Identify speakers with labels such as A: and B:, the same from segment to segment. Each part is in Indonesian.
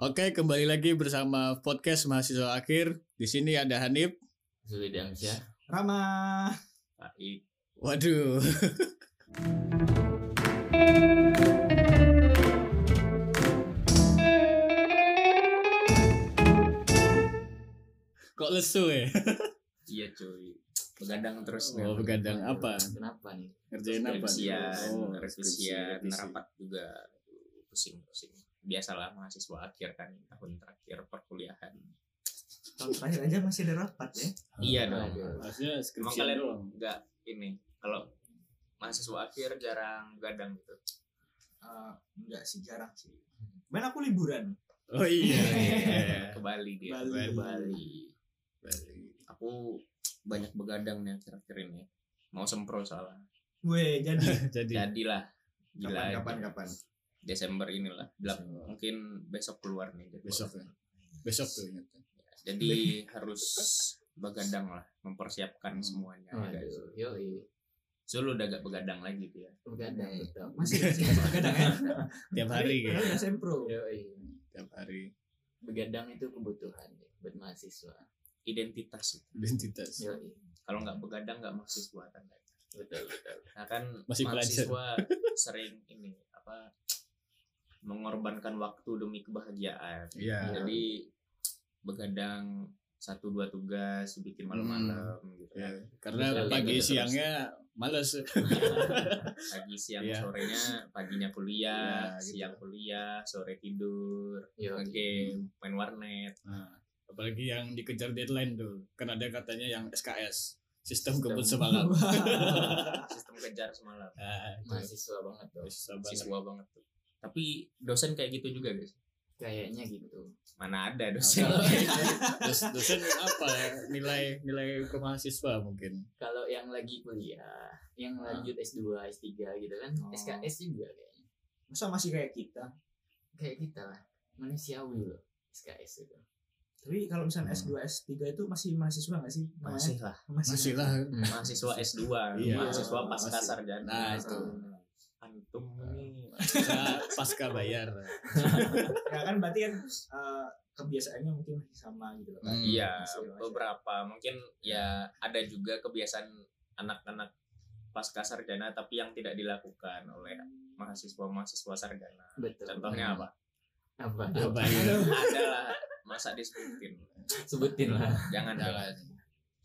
A: Oke, kembali lagi bersama podcast mahasiswa akhir. Di sini ada Hanif.
B: Zuli Damsyah,
C: Rama.
B: Pak Ah, I.
A: Waduh. Kok lesu ya?
B: Iya cuy. Begadang terus
A: Oh,
B: nih.
A: begadang apa?
B: Kenapa nih?
A: Ngerjain apa?
B: Revisian,
A: Oh,
B: revisian,
A: revisi.
B: rapat juga. Aduh, Pusing, pusing. Biasalah mahasiswa akhir kan tahun terakhir perkuliahan.
C: Tahun terakhir aja masih ada rapat ya.
B: Iya dong.
A: Aduh, Harusnya
B: Emang
A: skripsian
B: kalian
A: doang.
B: nggak ini kalau mahasiswa akhir jarang begadang gitu.
C: Eh, enggak sih jarang sih. Main aku liburan.
A: Oh iya.
B: Ke Bali dia.
C: Bali.
B: Ke Bali. Aku banyak begadang nih akhir-akhir ini. Mau sempro salah.
C: Gue jadi
A: Jadi
B: Jadilah. Gila.
C: kapan kapan kapan.
B: Desember inilah. Belak- mungkin besok keluar nih. jadwal.
A: besok ya. Besok tuh ingat.
B: Ya, Jadi harus begadang lah, mempersiapkan
A: Hmm.
B: semuanya. guys.
D: Aduh, gitu. yoi.
B: Zul udah gak begadang lagi ya? dia.
D: Begadang
C: Yoi.
D: tetap.
C: Masih masih masih kadang ya.
A: Tiap hari
C: Padahal
A: kayak.
C: udah sempro.
D: Yoi.
A: Tiap hari
D: Begadang itu kebutuhan ya, buat mahasiswa.
B: Identitas.
A: identitas.
D: Yoi.
B: Kalau nggak begadang nggak mahasiswa kan. guys?
D: Betul, betul.
B: Nah kan
A: Masih pelajar.
B: mahasiswa sering ini apa mengorbankan waktu demi kebahagiaan.
A: Iya.
B: Jadi begadang satu dua tugas bikin malam-malam gitu
A: Ya,
B: kan.
A: karena
D: Betul,
A: pagi
B: betul,
A: siangnya males.
B: Pagi siang
A: Iya.
B: sorenya paginya kuliah,
A: Iya, gitu.
B: siang kuliah, sore tidur,
D: Yoi.
B: game, main warnet.
A: Nah, apalagi yang dikejar deadline tuh. Kan ada katanya yang SKS, sistem
D: Sistem.
A: kebut semalam.
B: Sistem kejar semalam.
A: Nah, itu
D: Mahasiswa banget tuh.
A: susah banget.
B: siswa banget tuh. Tapi dosen kayak gitu juga guys.
D: Kayaknya gitu.
B: Mana ada dosen?
A: Kalau- dos- dosen apa ya? nilai nilai ke mahasiswa mungkin
D: Kalau yang lagi kuliah, yang
B: Ah.
D: lanjut S2, S3 gitu kan,
C: Oh.
D: SKS juga kayaknya.
C: Masa masih kayak kita.
D: Kayak kita lah. Manusiawi loh. SKS itu.
C: Tapi kalau misalnya
B: Hmm.
C: S2 S3 itu masih mahasiswa enggak sih? namanya?
B: lah.
A: masih lah
B: Mahasiswa S2,
A: Iya.
B: mahasiswa pasca
A: Masih.
B: sarjana.
A: Nah, itu.
B: Antum nih.
A: Pasca- pasca bayar
C: Ya kan berarti kan eh, kebiasaannya mungkin masih sama gitu loh.
A: Hmm.
B: Iya,
C: Masih, masih.
B: beberapa mungkin ya ada juga kebiasaan anak-anak pasca sarjana tapi yang tidak dilakukan oleh mahasiswa-mahasiswa sarjana.
D: Betul.
A: Hmm.
B: Contohnya apa?
D: Apa?
A: apa ya
C: Aduh,
B: Adalah masa disebutin.
D: Sebutin lah.
B: Jangan jangan.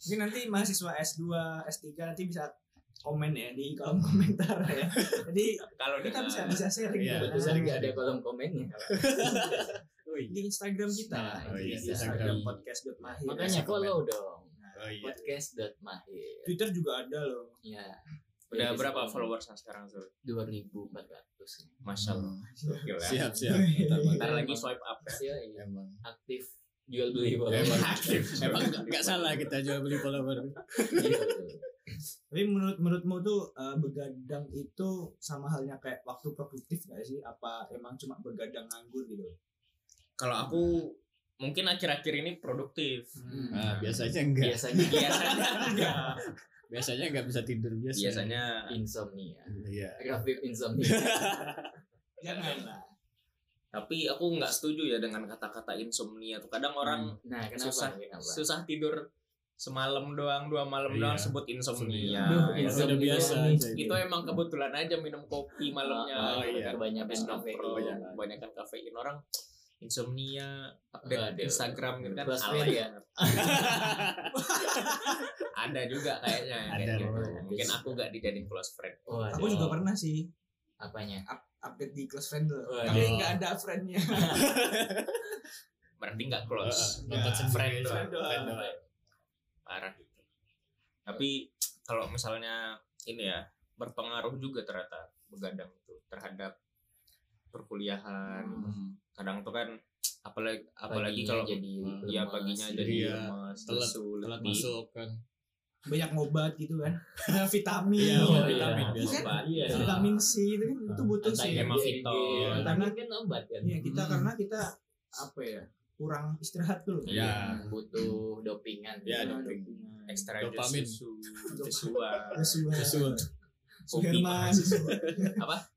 C: mungkin nanti mahasiswa S2 S3 nanti bisa komen ya di kolom komentar ya. Jadi
B: Kalau
C: kita bisa
B: dengan-
C: bisa sharing
A: Iya,
C: gitu.
D: Tentu
A: bisa
D: saja
A: sharing.
D: nggak ada kolom komennya.
A: oh
C: di
A: iya
C: Instagram kita
D: Nah,
A: oh
C: di
A: iya,
C: Instagram,
A: Instagram.
C: podcast.mahir
D: Makanya
A: Kasih komen.
D: follow dong.
A: oh iya
D: Podcast.mahir.
C: Twitter juga ada loh
D: Ya.
B: udah berapa followersnya sekarang Zul?
D: 2400
B: Masya Allah. Gokil ya.
A: siap siap
B: Ntar lagi swipe up ya.
D: Yoi.
A: emang
D: Iya, aktif jual beli
B: Iya,
A: Ya,
D: follower.
A: emang
B: Aktif.
A: emang nggak- nggak salah kita jual beli follower
D: Gitu.
C: Iya, tapi menurut menurutmu tuh eh, begadang itu sama halnya kayak waktu produktif gak sih apa emang cuma begadang nganggur gitu
B: Kalau aku mungkin akhir-akhir ini produktif.
D: Hmm.
A: nah, biasanya enggak
D: Biasanya
B: Biasanya
C: Nah,
B: enggak.
A: biasanya enggak bisa tidur biasa
B: Biasanya
D: insomnia.
A: iya
D: Grafik insomnia.
C: jangan lah
B: tapi aku nggak setuju ya dengan kata-kata insomnia tuh. Kadang orang
D: Nah, kenapa?
B: susah
D: Kenapa?
B: susah tidur semalam doang, dua malam
A: Iya.
B: doang sebut Iya.
A: Aduh,
B: insomnia.
D: Aduh,
B: Itu-
A: udah
D: insomnia.
A: biasa aja
B: Itu emang kebetulan aja minum kopi malamnya.
D: Oh,
A: Oh, iya.
D: Kebanyakan
B: habis
D: kafein.
B: nongkrong, kebanyakan kafein orang insomnia update
D: Waduh.
B: Instagram gitu kan
D: Buzzfeed
B: alay
D: ya?
B: banget. ada juga kayaknya ya, kayak
A: Ada,
B: gitu.
D: ada.
B: mungkin aku gak dijadiin close friend
D: Oh,
A: Iya.
D: ada.
C: aku juga pernah sih
D: Apanya?
C: update di close friend loh
D: Waduh.
A: iya.
C: tapi nggak ada friendnya
B: berarti gak close
A: Heeh, nonton sendiri.
B: friend doang
C: Friend doang.
A: Friend doang.
B: parah gitu tapi kalau misalnya ini ya berpengaruh juga ternyata begadang itu terhadap perkuliahan kadang tuh kan apalagi apalagi
D: Paginya
B: kalau
D: jadi
B: ya
D: lemas,
B: paginya
D: gitu.
B: jadi
A: Iya,
B: lemas,
A: telat-
B: lesu,
A: telat
B: letih.
A: masuk kan
C: banyak ngobat gitu kan vitamin
A: Iya,
D: Oh,
A: Iya,
D: vitamin
A: vitamin Ah,
B: biasa.
C: Iya kan?
D: Iya.
C: vitamin C itu kan itu butuh
D: Anti
C: sih
B: Iya, emang
D: GG.
B: Vitor.
D: Karena kan obat kan.
C: Iya kita
A: Hmm.
C: karena kita apa ya kurang istirahat dulu.
A: Iya.
D: Butuh dopingan.
A: Iya,
C: Nah,
A: doping.
C: dukungan.
B: ekstra ah.
A: Dopamin.
B: jus susu Joshua
C: Joshua,
A: Joshua.
B: Kopi
C: Suherman,
B: mahasiswa.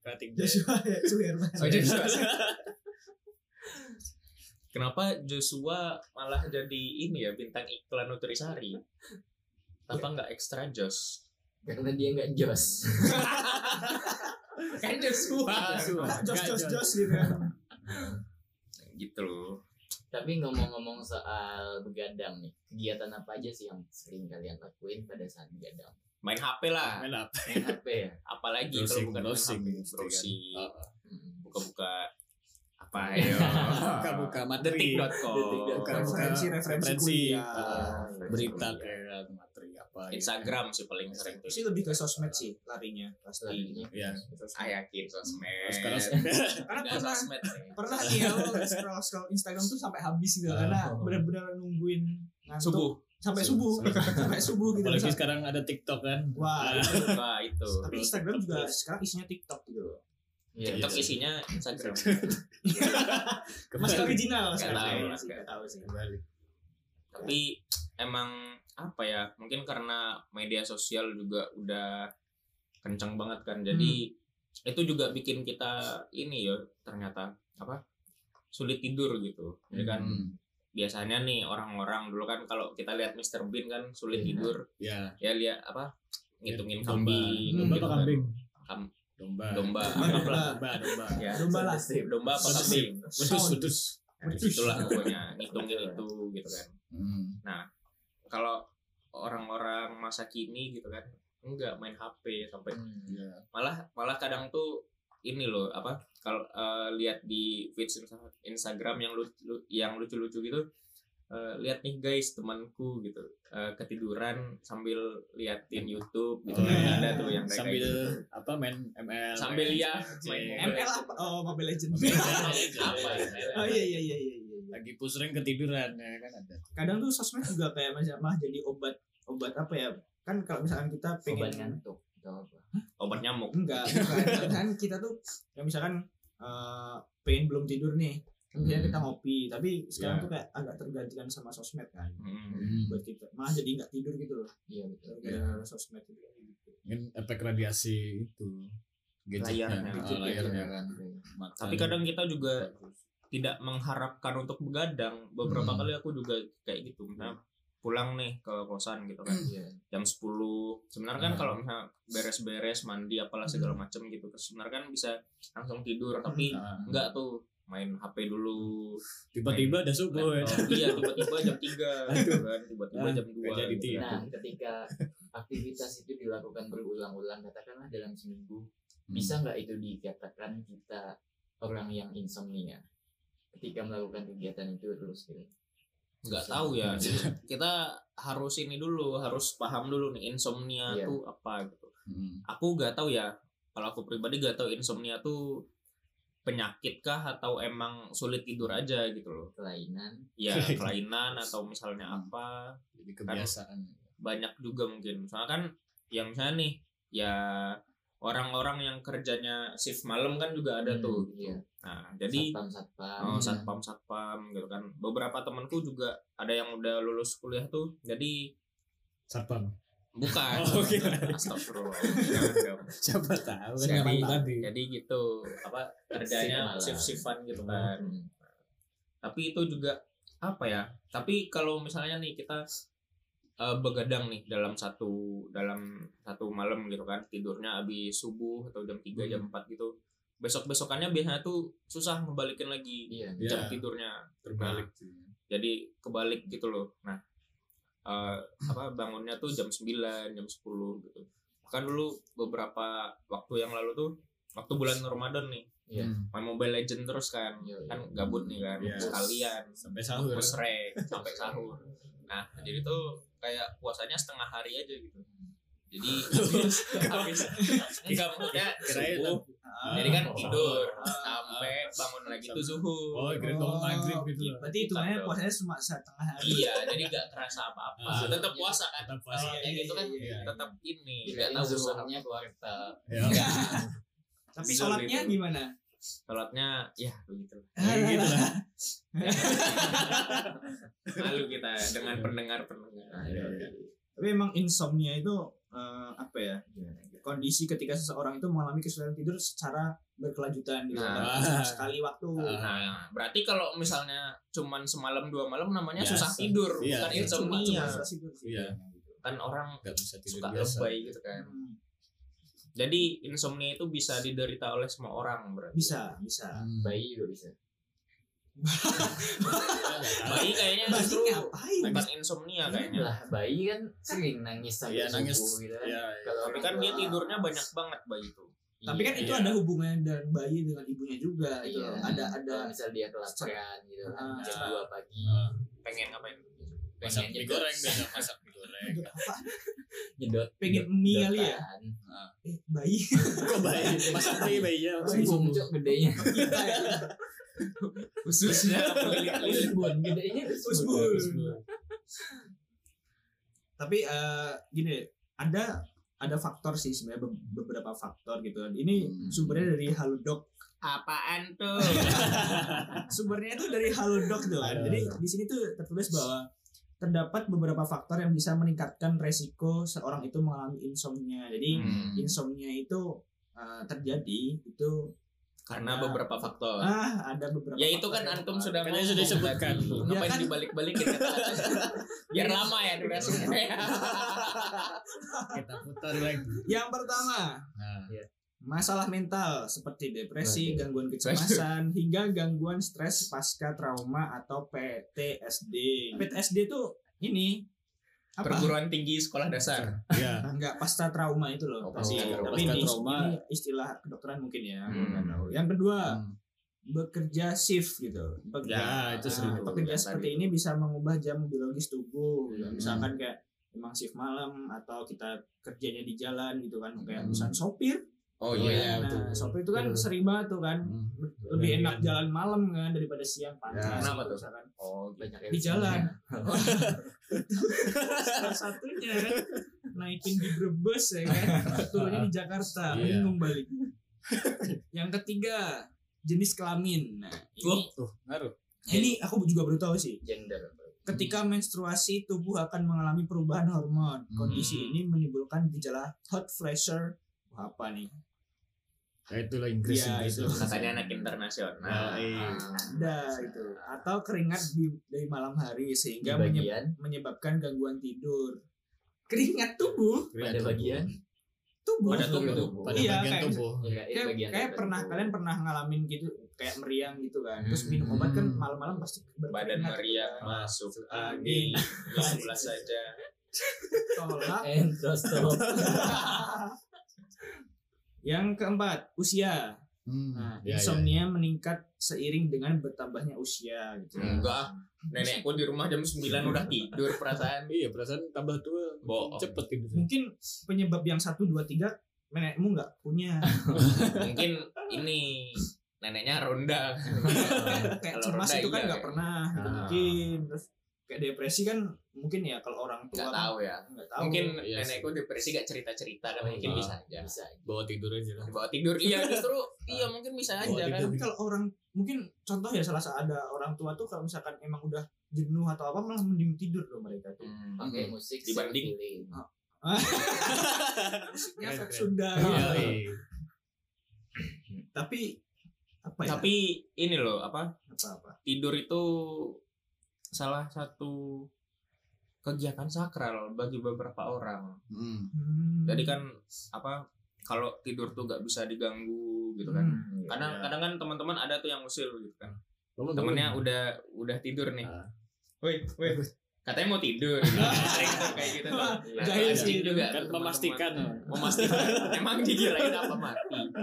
A: cutting
C: Joshua, ya, Suherman.
B: Oh, Joshua. Kenapa Joshua malah jadi ini ya bintang iklan Nutrisari? Apa nggak extra Josh?
D: karena dia nggak jos
B: Kan Joshua.
C: jos jos jos gitu kan
B: Gitu loh.
D: tapi ngomong-ngomong soal begadang nih kegiatan apa aja sih yang sering kalian lakuin pada saat begadang
B: Main HP lah.
A: Main apa?
D: main HP ya
B: Apalagi
A: Browsing,
B: kalau bukan
A: browsing,
B: main
A: gitu
B: HP.
A: kan.
B: Browsing. Oh.
D: Hmm.
B: Buka-buka apa ya?
A: Buka-buka materi.
B: Detik.com.
D: Detik.com.
A: Buka-buka
C: referensi referensi kuliah
A: ah, berita
B: Kuliah.
A: kayak materi apa gitu.
B: Instagram sih paling sering
C: Itu
B: tuh.
C: sih lebih ke sosmed sih larinya pasti
D: Larinya.
A: Iya.
B: Saya yakin sosmed.
A: Sekarang
C: karena
B: Nggak
C: pernah
B: sosmed. nih.
C: pernah iya lo scroll scroll Instagram tuh sampai habis gitu
D: Oh.
C: karena benar-benar nungguin ngantuk
A: subuh.
C: sampai
A: Subuh.
C: subuh sampai subuh gitu
A: Apalagi
C: Sampai-
A: sekarang ada TikTok kan.
C: wah
A: Ah.
B: Wah itu.
C: tapi Instagram juga sekarang isinya TikTok gitu loh
D: Iya,
B: TikTok
A: Iya.
B: isinya Instagram.
C: masih
A: Kembali.
C: original
B: Nggak
C: sekarang
B: tahu
C: kayaknya
B: lah, nggak
C: sih, nggak tahu sih
A: Kembali.
B: Tapi emang apa ya? Mungkin karena media sosial juga udah kencang banget kan. Jadi itu juga bikin kita ini ya ternyata apa? Sulit tidur gitu. Jadi kan
D: Hmm.
B: biasanya nih orang-orang dulu kan kalau kita lihat Mr Bean kan sulit
D: Iya.
B: tidur.
A: Ya.
B: Ya lihat apa?
A: Iya.
B: ngitungin
A: Domba.
B: kambing,
C: Hmm,
B: gitu
A: apa
B: kan.
A: kambing?
B: Kam-
A: Domba.
B: domba,
C: domba.
A: Domba. Domba.
B: ya.
C: domba lah
B: Domba apa kambing?
A: Wedus.
C: Sound.
A: Wedus.
B: Nah, itulah pokoknya
A: Iya.
B: ngitungin itu gitu kan.
D: Hmm.
B: kalau orang-orang masa kini gitu kan enggak main HP sampai
D: Hmm.
A: Iya.
B: malah malah kadang tuh ini loh apa kalau eh, lihat di feeds Insta- Instagram yang lucu yang lucu-lucu gitu eh, lihat nih guys temanku gitu eh, ketiduran sambil liatin YouTube gitu
A: Oh,
B: kan
C: iya.
B: ada tuh yang kayak
A: sambil Iya.
B: gitu.
A: apa main ML.
B: sambil ya main
A: main
B: ML.
C: ML apa oh Mobile Legends
B: apa ya
C: oh iya iya iya iya iya
A: lagi pusreng ketiduran ya kan ada.
C: kadang tuh sosmed juga kayak masih malah jadi obat obat apa ya kan kalau misalkan kita
D: Obat kan?
C: pengen
D: ngantuk. Gak apa.
B: obat nyamuk
C: enggak bukan. kan kita tuh ya misalkan eh, pengen belum tidur nih kemudian
D: Hmm.
C: kita ngopi tapi sekarang tuh kayak agak tergantikan sama sosmed kan
B: Mm.
C: buat kita malah jadi nggak tidur gitu loh
D: Iya betul.
C: gara-gara sosmed itu gitu.
A: Mungkin efek radiasi itu
B: Layarnya.
A: gadgetnya oh,
D: ya,
A: layarnya kan. Mata
B: tapi
A: lu-
B: kadang kita juga tidak mengharapkan untuk begadang beberapa
D: Hmm.
B: kali aku juga kayak gitu
A: Hmm.
B: misalnya pulang nih ke kosan gitu kan
D: Iya.
B: jam 10 sebenarnya kan
D: Hmm.
B: kalau misalnya beres-beres mandi apalah segala macam gitu sebenarnya kan bisa langsung tidur tapi
A: Nah,
B: enggak tuh main HP dulu
A: tiba-tiba ada subuh ya.
B: laptop. iya tiba-tiba jam 3 gitu kan tiba-tiba
A: Ah,
B: jam 2
A: nggak jadi
B: gitu.
A: tidur.
D: Nah, ketika aktivitas itu dilakukan berulang-ulang, katakanlah dalam seminggu, bisa nggak itu dikatakan kita orang yang insomnia? Ketika melakukan kegiatan itu terus gitu.
B: nggak tahu ya kita harus ini dulu harus paham dulu nih insomnia
D: Iya.
B: tuh apa gitu
A: Hmm.
B: aku nggak tahu ya kalau aku pribadi nggak tahu insomnia tuh penyakit kah atau emang sulit tidur aja gitu loh
D: kelainan.
B: ya kelainan atau misalnya
A: Hmm.
B: apa
A: Jadi kebiasaan.
B: banyak juga mungkin misalnya kan yang misalnya nih ya orang-orang yang kerjanya shift malam kan juga ada
D: Hmm,
B: tuh
D: Iya.
B: nah jadi
D: satpam-satpam.
B: oh, satpam satpam gitu kan beberapa temanku juga ada yang udah lulus kuliah tuh jadi
A: Satpam.
B: bukan ya
A: Oh, kira.
B: astagfirullah Jangan, jangan.
A: Siapa tahu kan
B: Jadi-
A: orang tadi.
B: jadi gitu apa kerjanya
D: malam.
B: shift shiftan gitu kan
D: Hmm.
B: tapi itu juga apa ya tapi kalau misalnya nih kita eh, begadang nih dalam satu dalam satu malam gitu kan tidurnya habis subuh atau jam 3 jam
D: Hmm.
B: 4 gitu besok besokannya biasanya tuh susah ngebalikin lagi
D: Iya.
B: jam
A: Ya,
B: tidurnya
A: terbalik.
B: jadi kebalik gitu loh nah eh, apa bangunnya tuh jam 9 jam 10 gitu bahkan dulu beberapa waktu yang lalu tuh waktu bulan Ramadan nih
D: Iya.
A: Hmm.
B: main Mobile Legend terus kan
D: Iya, iya.
B: kan gabut nih kan
A: Iya.
B: sekalian
A: Sampai sahur.
B: musrek sampai sahur nah jadi tuh kayak puasanya setengah hari aja gitu jadi habis enggak maksudnya
A: Kirain
B: subuh
C: Ah.
B: jadi kan
D: Oh.
B: tidur
C: Ah.
B: sampai bangun lagi tuh
A: Oh,
B: zuhur
A: kira tolong
C: Oh,
A: maghrib gitu. loh.
C: berarti
B: Bukan
C: hitungannya
B: dong.
C: puasanya cuma setengah hari
B: iya jadi gak kerasa apa-apa
A: Ah.
B: tetap puasa kan
A: Tetap puasa.
B: kalau kayak gitu kan
C: Iya, iya, iya.
B: tetap ini nggak
D: Kirain
B: tahu usaha
D: zuhurnya kuartal.
A: Ya.
C: tapi
B: Zul
C: sholatnya
B: itu.
C: gimana
B: sholatnya ya begitu
A: Ya,
C: Iya.
A: gitu lah.
B: malu kita dengan
D: Ah,
B: pendengar pendengar
A: Iya, iya.
C: tapi emang insomnia itu eh, apa ya
D: Gimana?
C: kondisi ketika seseorang itu mengalami kesulitan tidur secara berkelanjutan gitu.
B: Nah.
C: Bukan sekali waktu.
A: Ah.
B: Nah, berarti kalau misalnya cuman semalam dua malam namanya
A: Biasa.
B: susah tidur,
A: Iya,
B: bukan
C: Kan
A: iya.
C: Cuma- cuma
B: insomnia.
C: setelah tidur sih.
A: Iya.
C: Gitu.
B: Kan orang
A: nggak bisa tidur
B: suka
A: Iya, biasa
B: lebay gitu kan.
C: Hmm,
B: Jadi insomnia itu bisa diderita oleh semua orang berarti.
C: Bisa, bisa.
A: Hmm.
D: bayi juga bisa
B: Bayi kayaknya
C: Bayi Iya.
B: justru
C: ngapain?
B: bukan insomnia kayaknya.
D: lah bayi kan sering nangis sampai
A: Iya, nangis.
D: subuh gitu kan
A: Iya, iya.
D: kalau
B: Tapi kan dia tidurnya banyak banget bayi itu.
C: Tapi kan itu
A: Iya.
C: ada hubungannya dan bayi dengan ibunya juga gitu.
D: Iya.
C: loh. Ada ada
D: kalau misal dia kelaparan gitu kan
C: Ah.
D: jam dua pagi
A: Ah.
B: Pengen ngapain?
A: masak
D: pengen
A: mie
D: nyedot
A: goreng beda masak mie goreng
C: apa?
D: nyedot
C: Pengen
D: Iya.
C: mie kali ya?
D: dotan.
C: Eh, bayi.
A: kok bayi ya? masak mie bayinya
D: Terus bongcok gedenya
C: Kita ya.
B: Khususnya
D: Usbun gedenya
C: Usbun. tapi eh gini ada ada faktor sih sebenarnya be- beberapa faktor gitu ini
D: Hmm.
C: sumbernya dari halodoc
B: Apaan tuh?
C: sumbernya itu dari halodoc tuh kan jadi di sini tuh tertulis bahwa terdapat beberapa faktor yang bisa meningkatkan resiko seorang itu mengalami insomnia jadi
A: Hmm.
C: insomnia itu eh, terjadi itu
A: Nah.
B: Karena beberapa faktor.
C: ah ada beberapa
B: Ya itu kan
C: faktor yang
B: antum
C: mempengaruhi.
B: sudah
A: Kan
B: ngomong
A: sudah disebutkan.
B: tadi.
A: Ya
B: Ngapain
C: kan?
B: dibalik-balikin Biar lama ya durasinya.
A: kita putar lagi
C: yang pertama
A: nah
C: Masalah mental seperti depresi,
D: Waduh.
C: gangguan kecemasan, hingga gangguan stres pasca trauma atau PTSD. PTSD itu ini apa?
B: Perguruan tinggi sekolah dasar.
A: ya
C: Enggak pasca trauma itu loh.
D: Oh,
C: Pasti.
B: pasca trauma.
C: Tapi ini,
A: Pasca trauma.
C: ini istilah kedokteran mungkin ya.
B: Hmm.
C: gua nggak tahu. Yang kedua, bekerja shift gitu.
A: Ya, itu sering
C: Nah,
A: tuh,
C: Pekerja
B: yang
C: seperti
B: tadi
C: ini bisa mengubah jam biologis tubuh. gitu.
D: Hmm.
C: Misalkan kayak emang shift malam atau kita kerjanya di jalan gitu kan kayak
D: Hmm.
C: misalnya sopir.
B: Oh
D: iya.
A: Ya,
C: Nah,
D: betul.
C: sopir itu kan
D: Betul.
C: sering banget tuh kan.
A: Hmm.
C: lebih enak jalan malam kan daripada siang panas. gitu
D: Ya,
B: kenapa tuh?
C: Misalkan.
B: Oh,
D: banyak
C: Di jalan. Salah satunya kan naikin di Brebes ya kan, turunnya di Jakarta,
A: Iya.
C: bingung balik. Yang ketiga, jenis kelamin. Nah, ini,
A: tuh ngaruh
C: ini aku juga baru tahu sih.
D: gender
B: Nah,
C: Ketika menstruasi, tubuh akan mengalami perubahan hormon. Kondisi
B: Hmm.
C: ini menimbulkan gejala hot flasher. Wah, apa nih?
A: ya itulah Inggris
C: Ya,
A: Inggris
C: itu.
B: katanya anak internasional.
A: Nah, iya.
C: Ada itu. Atau keringat di, dari malam hari
D: Di
C: sehingga menyebabkan
D: bagian
A: ya.
C: menyebabkan gangguan tidur. Keringat tubuh,
D: pada bagian
C: tubuh.
B: Pada tubuh.
A: pada
C: Iya,
A: bagian
C: kayak-
A: tubuh
D: Iya, itu
C: Kayak,
D: bagian Iya.
C: kayak
D: tertentu.
C: pernah kalian pernah ngalamin gitu kayak meriang gitu kan. Terus
B: Hmm.
C: minum obat kan malam-malam pasti
B: Badan
C: berkeringat. gitu kan.
B: meriah masuk angin.
C: angin.
B: Bismillah saja.
C: Tolak.
D: and terus stop
C: Yang keempat, usia. Nah,
A: Ya, ya,
C: insomnia meningkat seiring dengan bertambahnya usia gitu.
A: Hmm.
B: Enggak. Nenekku di rumah jam 9 udah tidur perasaan.
A: iya perasaan tambah tua
B: Bohong.
A: cepet gitu. tidurnya
C: Mungkin penyebab yang 1 2 3 nenekmu nggak punya
B: Mungkin ini neneknya ronda.
C: kayak
B: Kalau
C: cemas
B: rendah
C: itu kan
B: iya,
C: nggak
B: ya.
C: pernah gitu
A: Ah.
C: mungkin terus kayak depresi kan mungkin ya kalau orang tua
B: Enggak tahu ya.
C: nggak tahu
B: mungkin
A: iya sih.
B: nenekku depresi gak cerita-cerita kan
D: Oh,
B: mungkin
A: iya.
B: bisa aja.
D: bisa
A: bawa tidur aja lah
B: Dibawa tidur. Iya justru iya mungkin bisa
A: Bawa
B: aja kan.
A: tidur.
C: tapi kalau orang mungkin contoh ya salah satu ada orang tua tuh kalau misalkan emang udah jenuh atau apa malah mending tidur loh mereka
B: Hmm.
C: tuh
D: pakai musik
B: Dibanding.
D: feeling.
C: musiknya
A: Keren,
C: folk
A: keren.
C: Sunda
A: Iya,
C: gitu.
A: iya.
C: tapi apa ya
B: Tapi ini loh apa
C: apa apa
B: tidur itu salah satu kegiatan sakral bagi beberapa orang.
C: Hmm.
B: Jadi
A: Hmm.
B: kan apa kalau tidur tuh gak bisa diganggu gitu
D: Hmm,
B: kan. Kadang
A: Iya.
B: kadang kan teman-teman ada tuh yang usil gitu kan.
A: Bangun,
B: Temennya
A: bangun.
B: udah udah tidur nih.
A: Ah.
B: Woi, woi. Katanya mau tidur. gitu. Sering tuh kayak gitu. tuh. Nah, anjing
C: Jahil sih,
B: juga
A: kan
B: tuh
A: memastikan
B: teman-teman. memastikan. Emang dikirain apa mati.
A: Iya.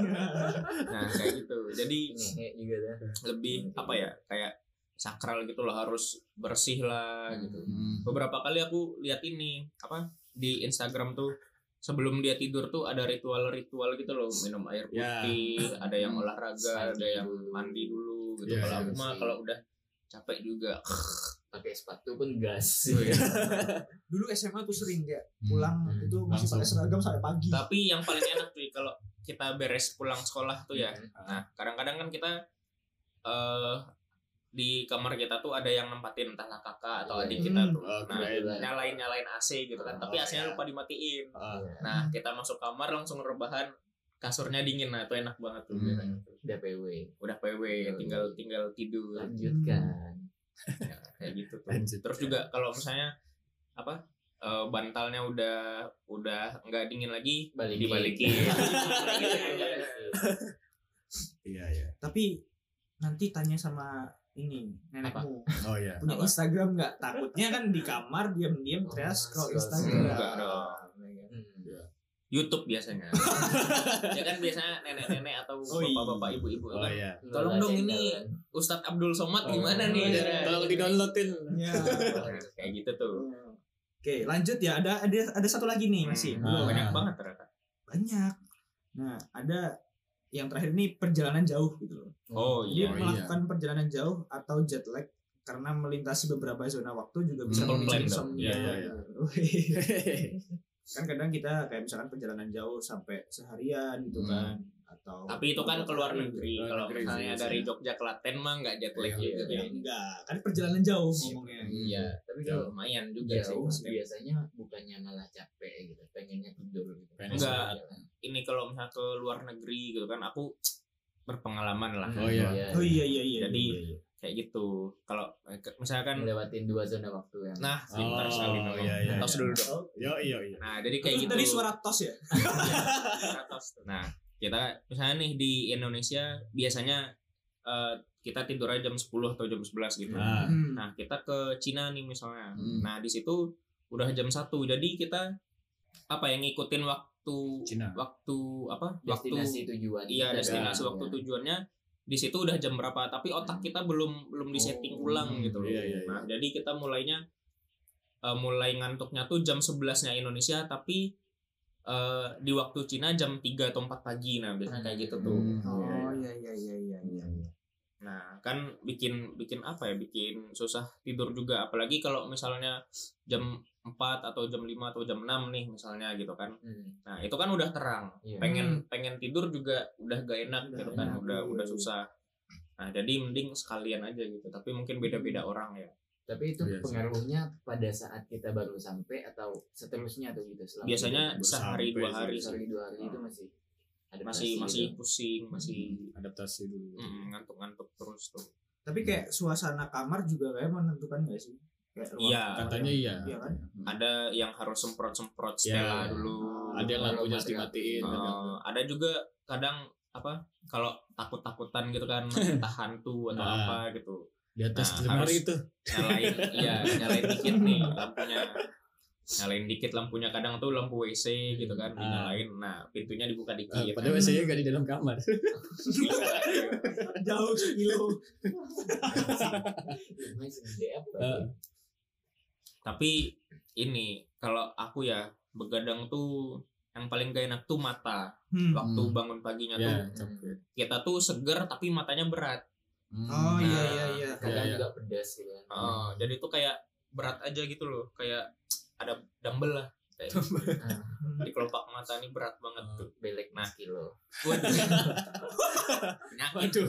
B: Nah, kayak gitu. Jadi
A: Hmm.
D: Ngehe juga dah.
B: lebih apa ya? Kayak sakral gitu loh harus bersih lah gitu.
A: Hmm.
B: beberapa kali aku lihat ini apa di Instagram tuh sebelum dia tidur tuh ada ritual-ritual gitu loh minum air
A: Ya.
B: putih ada yang olahraga
D: Mandi
B: ada yang
D: dulu.
B: mandi dulu gitu
A: Ya,
B: kalau
A: ya.
B: aku mah kalau udah capek juga
D: pakai sepatu pun gas
B: Oh, iya.
C: dulu SMA tuh sering kayak
A: Hmm.
C: pulang
D: Hmm.
C: itu masih
A: Langsung.
C: pakai seragam sampai pagi
B: tapi yang paling enak tuh kalau Oh, iya.
A: Iya.
B: kita beres pulang sekolah tuh ya nah kadang-kadang kan kita eh di kamar kita tuh ada yang nempatin entah lah kakak atau
D: Iya.
B: adik kita
C: Hmm.
B: tuh
A: Oh,
B: nah
A: kirain.
B: nyalain nyalain AC gitu kan tapi
D: Oh,
B: AC-nya
D: iya.
B: lupa dimatiin
A: Ah,
B: nah kita masuk kamar langsung rebahan kasurnya dingin nah itu enak banget tuh
E: Hmm.
D: Iya, kan.
B: biasanya tuh.
D: udah PW
B: udah PW
D: Yoi.
B: tinggal tinggal tidur
D: Nah, lanjutkan
B: Ya, kayak gitu tuh
E: Lanjut.
B: terus juga kalau misalnya apa eh, bantalnya udah udah nggak dingin lagi
D: balikin
B: dibalikin
E: Iya iya.
C: Tapi nanti tanya sama ini nenekmu
E: Oh iya.
C: punya
B: Apa? Oh,
C: Instagram nggak? Takutnya kan di kamar diam-diam ternyata scroll Instagram.
B: Enggak dong.
D: Hmm.
B: YouTube biasanya ya kan biasanya nenek-nenek atau
C: Oh, iya.
B: bapak-bapak ibu-ibu
A: Oh
B: kan
A: iya.
B: Tolong
D: Nah,
B: dong ini.
D: Jalan.
B: Ustadz Abdul Somad
A: Oh,
B: gimana nih
A: iya.
B: Dara?
A: Tolong di-downloadin.
C: Ya.
B: Nah, kayak gitu tuh
C: Oke, lanjut ya. Ada ada ada satu lagi nih masih.
B: Hmm,
C: Belum.
B: banyak banget ternyata
C: Banyak. Nah, ada yang terakhir ini perjalanan jauh gitu loh.
B: oh
C: Jadi
B: iya
E: Oh, iya.
C: melakukan perjalanan jauh atau jet lag karena melintasi beberapa zona waktu juga bisa
B: Simple
C: memicu
B: plan dong.
C: insomnia.
A: Iya, iya,
C: kan kadang kita kayak misalkan perjalanan jauh sampai seharian gitu
E: Hmm.
C: kan atau
B: tapi itu kan keluar
C: Iya,
B: negeri
A: Luar
B: kalau
A: negeri sih
B: misalnya dari Jogja Klaten mah nggak jet lag
E: Iya,
B: juga
C: Ya,
B: kan.
C: enggak, kan perjalanan jauh ngomongnya.
D: iya tapi
B: Ya,
D: kalau
B: lumayan
A: Iya, oh,
B: juga sih
D: jauh
B: pasti.
D: biasanya bukannya malah capek gitu pengennya tidur gitu
A: Pengen
B: Enggak.
D: Jalan.
B: ini kalau misalnya ke luar negeri gitu kan aku pengalaman
D: Nah,
B: lah
A: Oh iya.
C: Oh iya iya iya.
B: Jadi,
C: iya, iya.
B: kayak gitu kalau eh, ke- misalkan
D: melewatin dua zona waktu ya. yang
B: nah
A: Iya.
B: pintar
A: Oh,
B: sekali memang
A: iya, iya,
B: Tos
A: iya.
B: dulu dong
A: Yo yo yo.
B: nah jadi kayak
C: Itu
B: gitu
C: tadi suara tos ya?
B: Tos tuh. nah kita misalnya nih di Indonesia biasanya eh, kita tidur aja jam 10 atau jam 11 gitu
A: Nah.
C: Hmm.
B: nah kita ke Cina nih misalnya
E: Hmm.
B: nah di situ udah jam satu jadi kita apa yang ngikutin waktu
A: Cina.
B: waktu apa waktu
D: destinasi tujuan
B: Iya
D: kita
B: destinasi
D: kan,
B: waktu
D: ya.
B: tujuannya di situ udah jam berapa tapi otak kita belum belum disetting
D: Oh,
B: ulang gitu loh.
A: iya, iya,
B: Nah, jadi kita mulainya eh, mulai ngantuknya tuh jam 11-nya Indonesia tapi eh, di waktu Cina jam 3 atau 4 pagi nah biasanya kayak gitu tuh.
E: Hmm.
C: Oh iya iya iya iya iya.
B: Nah, kan bikin bikin apa ya? Bikin susah tidur juga apalagi kalau misalnya jam 4 atau jam 5 atau jam 6 nih misalnya gitu kan.
D: Hmm,
B: Nah, itu kan udah terang
D: iya.
B: pengen pengen tidur juga udah gak enak
C: Hmm. Udah
B: gitu kan
C: enak,
B: udah
C: iya,
B: udah
C: iya.
B: susah nah jadi mending sekalian aja gitu tapi mungkin beda beda
C: Hmm.
B: orang ya
D: tapi itu
E: Biasa.
D: pengaruhnya pada saat kita baru sampai atau seterusnya atau gitu selama
B: biasanya
A: Baru
B: sehari
A: sampai
B: dua
A: sih,
B: hari
D: dua
B: sih.
D: hari dua hari itu masih ada
C: Iya,
D: gitu.
B: masih masih pusing masih
A: Adaptasi
C: Hmm.
A: dulu.
B: ngantuk ngantuk terus tuh
C: Tapi kayak suasana kamar juga kayak menentukan gak sih? Kayak ruang
B: Iya,
C: kamar
A: Katanya
C: yang-
A: iya.
C: Iya kan?
B: ada yang harus semprot
C: Iya.
B: semprot
A: Ya.
B: stella dulu
A: Ada yang lampunya harus
D: Aroma
A: dimatiin.
B: Eh,
A: ada yang-
B: ada juga kadang apa kalau takut takutan gitu kan entah hantu atau
A: Nah.
B: apa gitu
A: Di atas lemari
B: Nah, harus-
A: itu.
B: nyalain iya nyalain dikit nih lampunya nyalain dikit lampunya kadang tuh lampu WC gitu kan
A: Ah.
B: dinyalain nah pintunya dibuka dikit ya kan.
A: Eh, Padahal saya gak di dalam kamar.
B: Iya,
C: Jauh kilo.
D: Iya, rumahnya segede apa
A: Eh.
B: tapi ini kalau aku ya begadang tuh yang paling gak enak tuh mata
C: Hmm.
B: waktu
E: Hmm.
B: bangun paginya
A: Ya.
B: tuh kita tuh seger tapi matanya berat
A: Hmm.
C: Oh iya
B: Nah,
C: iya iya.
A: Iya,
D: kadang
A: iya.
D: juga pedas gitu kan
B: Oh,
A: Hmm.
B: jadi tuh kayak berat aja gitu loh kayak ada dumbbell lah kayak di kelopak mata nih berat banget
A: Hmm.
B: tuh
D: belek
B: Nah.
D: mas kilo
B: Waduh. Penyakit.
A: Waduh.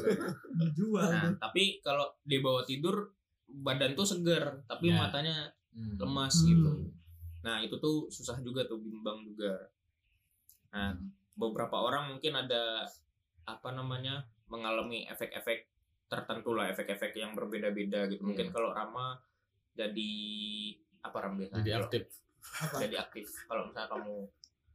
C: Dijual
B: Nah,
C: tuh.
B: tapi kalau di bawah tidur badan tuh seger, tapi
A: Ya.
B: matanya
D: Hmm.
B: lemas
C: Hmm.
B: gitu. Nah, itu tuh susah juga tuh bimbang juga. Nah,
C: Hmm.
B: beberapa orang mungkin ada apa namanya? mengalami efek-efek tertentu lah, efek-efek yang berbeda-beda
C: Hmm.
B: gitu. Mungkin
D: Iya.
B: kalau Rama jadi apa Ram biasanya?
A: Jadi
B: Kalau-
A: aktif.
C: Apa?
B: jadi aktif. Kalau misalnya kamu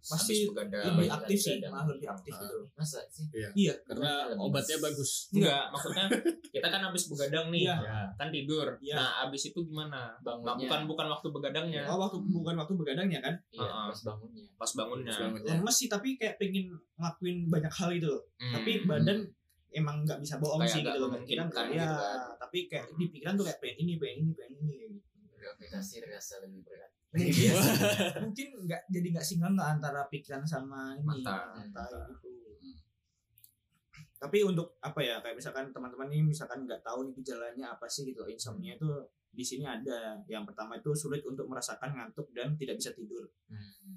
C: Pasti
B: habis begadang
C: Lebih
D: Iya,
C: aktif sih,
D: kadang.
C: malah lebih aktif
B: Nah,
A: Ah.
C: gitu.
D: masa sih
C: Iya.
A: Karena obatnya bagus.
B: Enggak, maksudnya kita kan habis begadang nih,
C: Iya.
A: Ya.
B: kan tidur.
C: Iya.
B: Nah, habis itu gimana? Nah,
D: bangunnya
B: bukan bukan waktu begadangnya.
C: Oh waktu bukan waktu begadangnya kan?
D: iya
B: Heeh.
D: pas bangunnya
B: pas bangunnya.
C: Lemes sih tapi kayak pengen ngelakuin banyak hal gitu loh.
B: Hmm.
C: Tapi badan emang nggak bisa bohong
B: Kayak
C: sih
B: nggak
C: gitu loh.
B: memungkinkan
C: Kita nggak-
B: gitu
C: ya,
B: kan.
C: tapi kayak di pikiran tuh kayak pengen ini, pengen ini, pengen ini. kayak gitu.
D: gravitasi terasa lebih berat
A: Iya.
B: Iya.
C: Mungkin nggak jadi
A: Hmm.
C: nggak sinkron nggak antara pikiran sama ini
B: Mata.
C: mata gitu. tapi untuk apa ya kayak misalkan teman-teman ini misalkan nggak tahu nih gejalanya apa sih gitu insomnia itu di sini ada yang pertama itu sulit untuk merasakan ngantuk dan tidak bisa tidur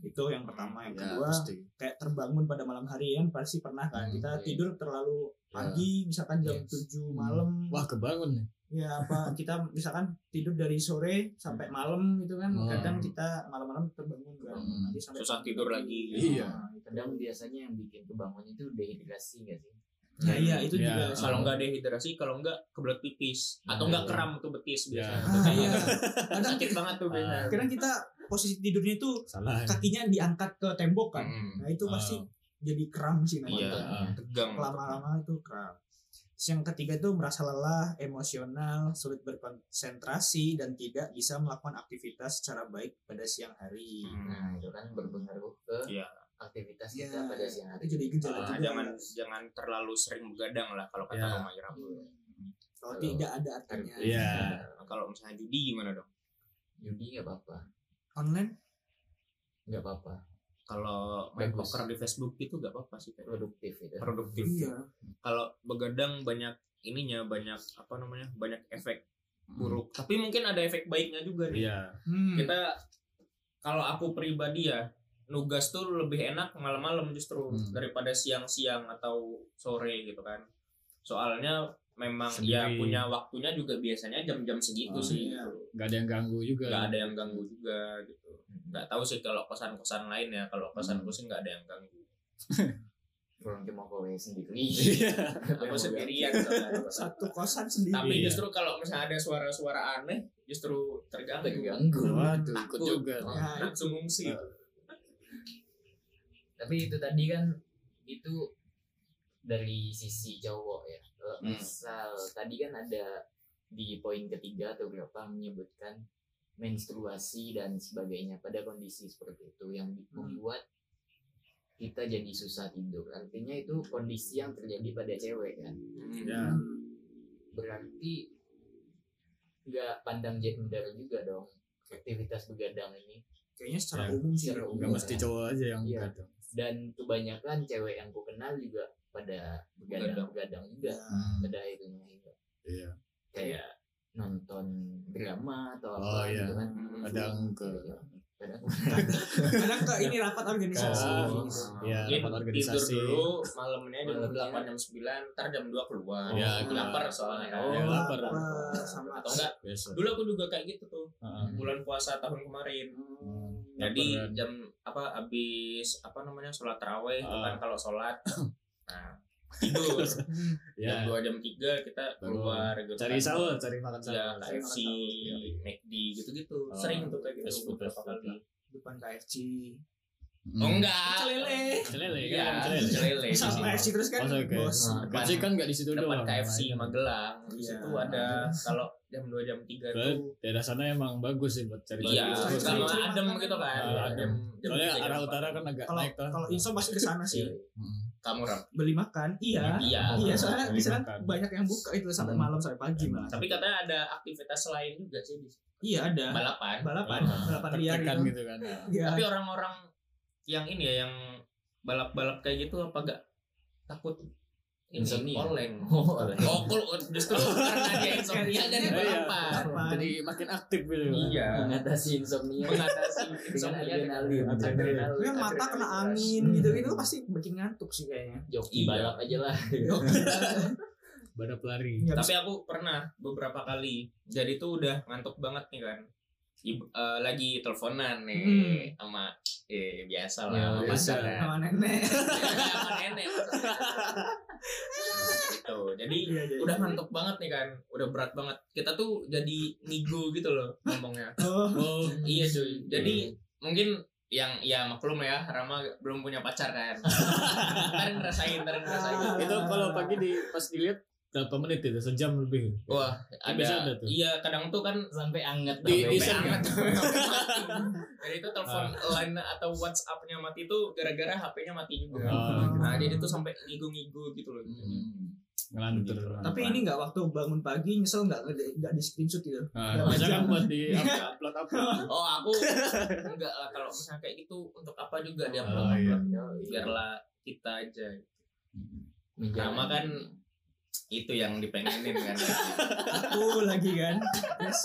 C: itu yang pertama yang
B: Iya,
A: Ya,
C: kedua
A: pasti.
C: kayak terbangun pada malam hari kan pasti pernah kan
A: Hmm, Ya.
C: kita
D: iya.
C: tidur terlalu pagi misalkan jam
D: Yes.
C: 7
A: Hmm.
C: malam
A: Wah kebangun nih.
C: ya apa kita misalkan tidur dari sore sampai malam gitu kan
A: Hmm.
C: kadang kita malam-malam terbangun kan
A: Hmm.
C: Nanti sampai
B: Susah
C: pagi.
B: tidur lagi.
A: Iya.
C: Nah, itu kan.
D: kadang biasanya yang bikin kebangun itu dehidrasi gak sih
C: ya iya itu
A: Iya.
C: juga
B: kalau nggak dehidrasi kalau nggak kebelet pipis atau nggak
A: Iya.
B: kram tuh betis
A: Ya. Ah.
B: biasanya gitu.
C: Ah, iya. kadang,
B: sakit banget tuh biasanya
C: kadang kita posisi tidurnya itu
A: Salah.
C: kakinya diangkat ke tembok kan
B: Mm.
C: nah itu pasti
A: Oh.
C: jadi kram sih
B: iya
C: namanya
A: Mantap.
B: tegang
C: lama-lama itu kram Terus yang ketiga itu merasa lelah, emosional, sulit berkonsentrasi, dan tidak bisa melakukan aktivitas secara baik pada siang hari.
B: Hmm.
D: nah itu kan berpengaruh ke
B: Iya.
D: aktivitas
C: Ya,
D: kita pada siang hari
C: itu jadi gejala
B: Ah,
C: juga.
B: jangan jangan terlalu sering begadang lah kalau kata
A: Ya.
B: Mama Ira
C: Kalau
D: Kalau
C: tidak ada artinya.
A: Iya.
B: kalau misalnya judi gimana dong
D: judi nggak apa-apa
C: Online
D: nggak apa-apa
B: kalau main
D: Bagus.
B: poker di Facebook itu nggak apa-apa sih
A: Iya.
B: kayaknya.
D: produktif itu
B: produktif
C: iya.
B: kalau begadang banyak ininya banyak apa namanya banyak efek buruk
A: Hmm.
B: tapi mungkin ada efek baiknya juga nih
A: Iya.
C: Hmm.
B: kita kalau aku pribadi ya nugas tuh lebih enak malam-malam justru
A: Hmm.
B: daripada siang-siang atau sore gitu kan soalnya memang ya
A: Sendiri.
B: punya waktunya juga biasanya jam-jam segitu
A: Oh,
B: sih gitu.
C: iya.
A: Gak ada yang ganggu juga.
B: nggak ada yang ganggu juga gitu
C: Nah.
D: Hmm.
B: nggak tahu sih kalau kosan-kosan lain ya kalau kosanku
A: Hmm.
B: sih nggak ada yang ganggu
D: orang cuma kowe sendiri
A: Iya.
B: aku sendirian soalnya.
C: Satu kosan sendiri.
B: tapi
A: Iya.
B: justru kalau misalnya ada suara-suara aneh justru terganggu
D: terganggu
A: Waduh, ikut
B: Takut.
A: juga.
D: Oh.
C: Nah, itu-
B: langsung ngungsi
D: tapi itu tadi kan itu dari sisi cowok ya Kalau
B: Hmm.
D: misal tadi kan ada di poin ketiga atau berapa menyebutkan menstruasi dan sebagainya pada kondisi seperti itu yang bi-
C: Hmm.
D: membuat kita jadi susah tidur artinya itu kondisi yang terjadi pada cewek kan
A: Ya.
C: Hmm.
D: berarti nggak pandang gender juga dong aktivitas begadang ini
C: Kayaknya secara
A: Ya.
C: umum sih.
D: Secara umum.
A: Gak mesti cowok aja yang
D: Iya.
A: begadang.
D: dan kebanyakan cewek yang ku kenal juga pada begadang-begadang juga
B: Hmm.
D: pada akhirnya juga
A: Iya.
D: kayak nonton drama atau apa
A: Oh, iya.
D: gitu kan
B: Hmm.
D: Iya,
A: Kadang ke-
D: kadang
C: Kadang ke ini rapat organisasi.
A: Ah. Iya,
B: Hmm.
C: gitu.
B: Mungkin
A: rapat
B: tidur
A: organisasi.
B: dulu malamnya jam
D: Malamnya.
B: 8 jam 9 ntar jam 2 keluar
A: Iya,
B: Aku
A: keluar.
B: lapar soalnya kan.
A: Ya,
C: Oh,
A: lapar. Hmm.
C: apa, sama
B: atau enggak
A: Biasa.
B: dulu aku juga kayak gitu tuh
A: Heeh.
B: bulan puasa tahun kemarin
A: Hmm.
B: jadi
A: Laparan.
B: jam apa habis apa namanya sholat taraweh itu
A: Ah.
B: kan kalau sholat nah tidur
A: ya.
B: jam 2 jam 3 kita
A: Baru
B: keluar gitu
A: Cari
B: kan.
A: sahur, cari makan sahur.
B: ya KFC
A: Iya.
B: McD
A: Oh,
B: gitu-gitu gitu. sering tuh kayak
A: fast
B: gitu
A: food,
B: beberapa
A: fast food
B: kali
C: depan KFC.
B: oh enggak
C: Celele.
A: Hmm. Celele
B: Iya,
A: kan, celele.
B: celele.
A: Bisa
C: Sama KFC terus kan.
A: Oh, sorry, guys.
C: Bos.
D: Nah,
A: KFC kan enggak di situ
B: depan
A: doang.
B: KFC
A: Makanya.
B: Magelang di
C: Iya.
B: situ ada kalau jam 2 jam 3
A: Soalnya
B: tuh
A: daerah sana emang bagus sih buat cari
B: iya
A: sahur.
C: Cari-
B: sama
C: cari
B: adem
C: makanan.
B: gitu kan
A: Ah, adem.
B: jam
A: Soalnya
B: tiga, jam
A: arah
B: empat.
A: utara kan agak
C: Kalau
A: naik Iya. Hmm. tuh.
C: kalau insom pasti ke sana sih.
A: Heeh.
B: kamu Ram
C: Beli makan. Iya.
B: iya
C: Iya, soalnya
A: Beli
C: di sana
A: makan.
C: banyak yang buka itu sampai
A: Hmm.
C: malam sampai pagi malah.
B: tapi katanya ada aktivitas lain juga sih di situ.
C: Iya ada.
B: balapan
C: Balapan,
A: Ah,
C: balapan liar
A: tertekan
C: gitu.
A: gitu kan.
C: Iya.
B: tapi orang-orang yang ini ya yang balap-balap kayak gitu apa gak takut ini
D: Insomnia.
B: online
D: oh
B: oh kalau justru karena dia insomnia jadi
C: Iya,
B: balapan
C: Balapan.
A: Jadi makin aktif gitu. kan.
B: iya
D: mengatasi insomnia
B: mengatasi
D: dengan
B: insomnia dengan
D: adrenalin
A: adrenalin.
C: Tapi yang mata kena angin
D: Hmm.
C: gitu-gitu pasti bikin ngantuk sih kayaknya.
B: Iya.
D: joki balap aja lah
A: Balap lari.
C: Nggak
B: tapi aku pernah beberapa kali jadi tuh udah ngantuk banget nih kan Ibu- eh, lagi teleponan nih
C: Hmm.
B: sama eh biasa
D: Ya,
B: lah sama
A: biasa.
B: pacar ya.
C: sama nenek.
B: sama nenek maksudnya. gitu jadi
C: Iya, iya,
B: udah
C: iya.
B: ngantuk banget nih kan udah berat banget kita tuh jadi ngigo gitu loh ngomongnya
C: Oh,
A: Oh,
B: iya cuy jadi mungkin yang ya maklum ya Rama belum punya pacar kan ntar ngerasain ntar ngerasain
C: Ah.
A: itu kalau pagi di pas dilihat berapa menit itu? Sejam lebih.
B: wah
A: Kan biasa ada
B: ada
A: tuh.
B: iya kadang tuh kan
D: sampai anget
A: Di-
D: sampai
A: di share
D: anget.
B: Jadi itu
C: Ah.
B: telepon line atau WhatsApp-nya mati itu gara-gara HP-nya mati
A: Ah,
B: juga.
A: gitu.
B: Nah, jadi tuh sampai ngigo-ngigo gitu loh.
D: Hmm.
A: Ngelantur. Nah,
C: tapi ini nggak waktu bangun pagi nyesel nggak nggak- nggak di screenshot gitu.
A: Nah, biasanya kan buat di
C: Iya.
A: upload upload.
B: Oh, aku enggak lah kalau misalnya
C: Ah, iya.
B: kayak gitu untuk apa juga dia
A: Oh, iya.
B: Biarlah kita aja.
D: menjalani.
B: Nama kan itu yang dipengenin kan
C: aku lagi kan terus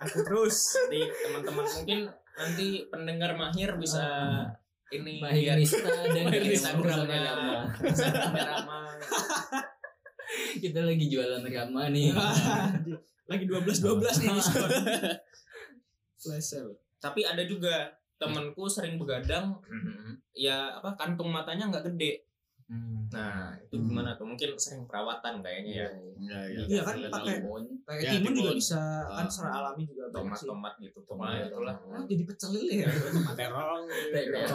C: aku terus
B: jadi teman-teman mungkin nanti pendengar mahir bisa
C: Ah.
B: ini biar ya.
D: Mahirista Ah, dan
B: Mahir
D: Dewa
B: Instagramnya.
D: Pesona Rama.
B: Instagramnya Rama
D: Kita lagi jualan Rama nih.
C: lagi 12 12 nih diskon flash sale
B: tapi ada juga temanku sering begadang ya apa kantung matanya nggak gede nah itu
A: Hmm.
B: gimana tuh mungkin sering perawatan kayaknya ya
D: Iya.
A: Iya,
C: Iya kan, pakai-
A: Ya,
C: pakai timun
A: timun.
C: juga bisa kan
A: Ah.
C: secara alami juga banyak sih
B: tomat-tomat gitu tomat itulah Ah,
C: Oh, jadi pecel lele ya
A: terong.
D: Iya.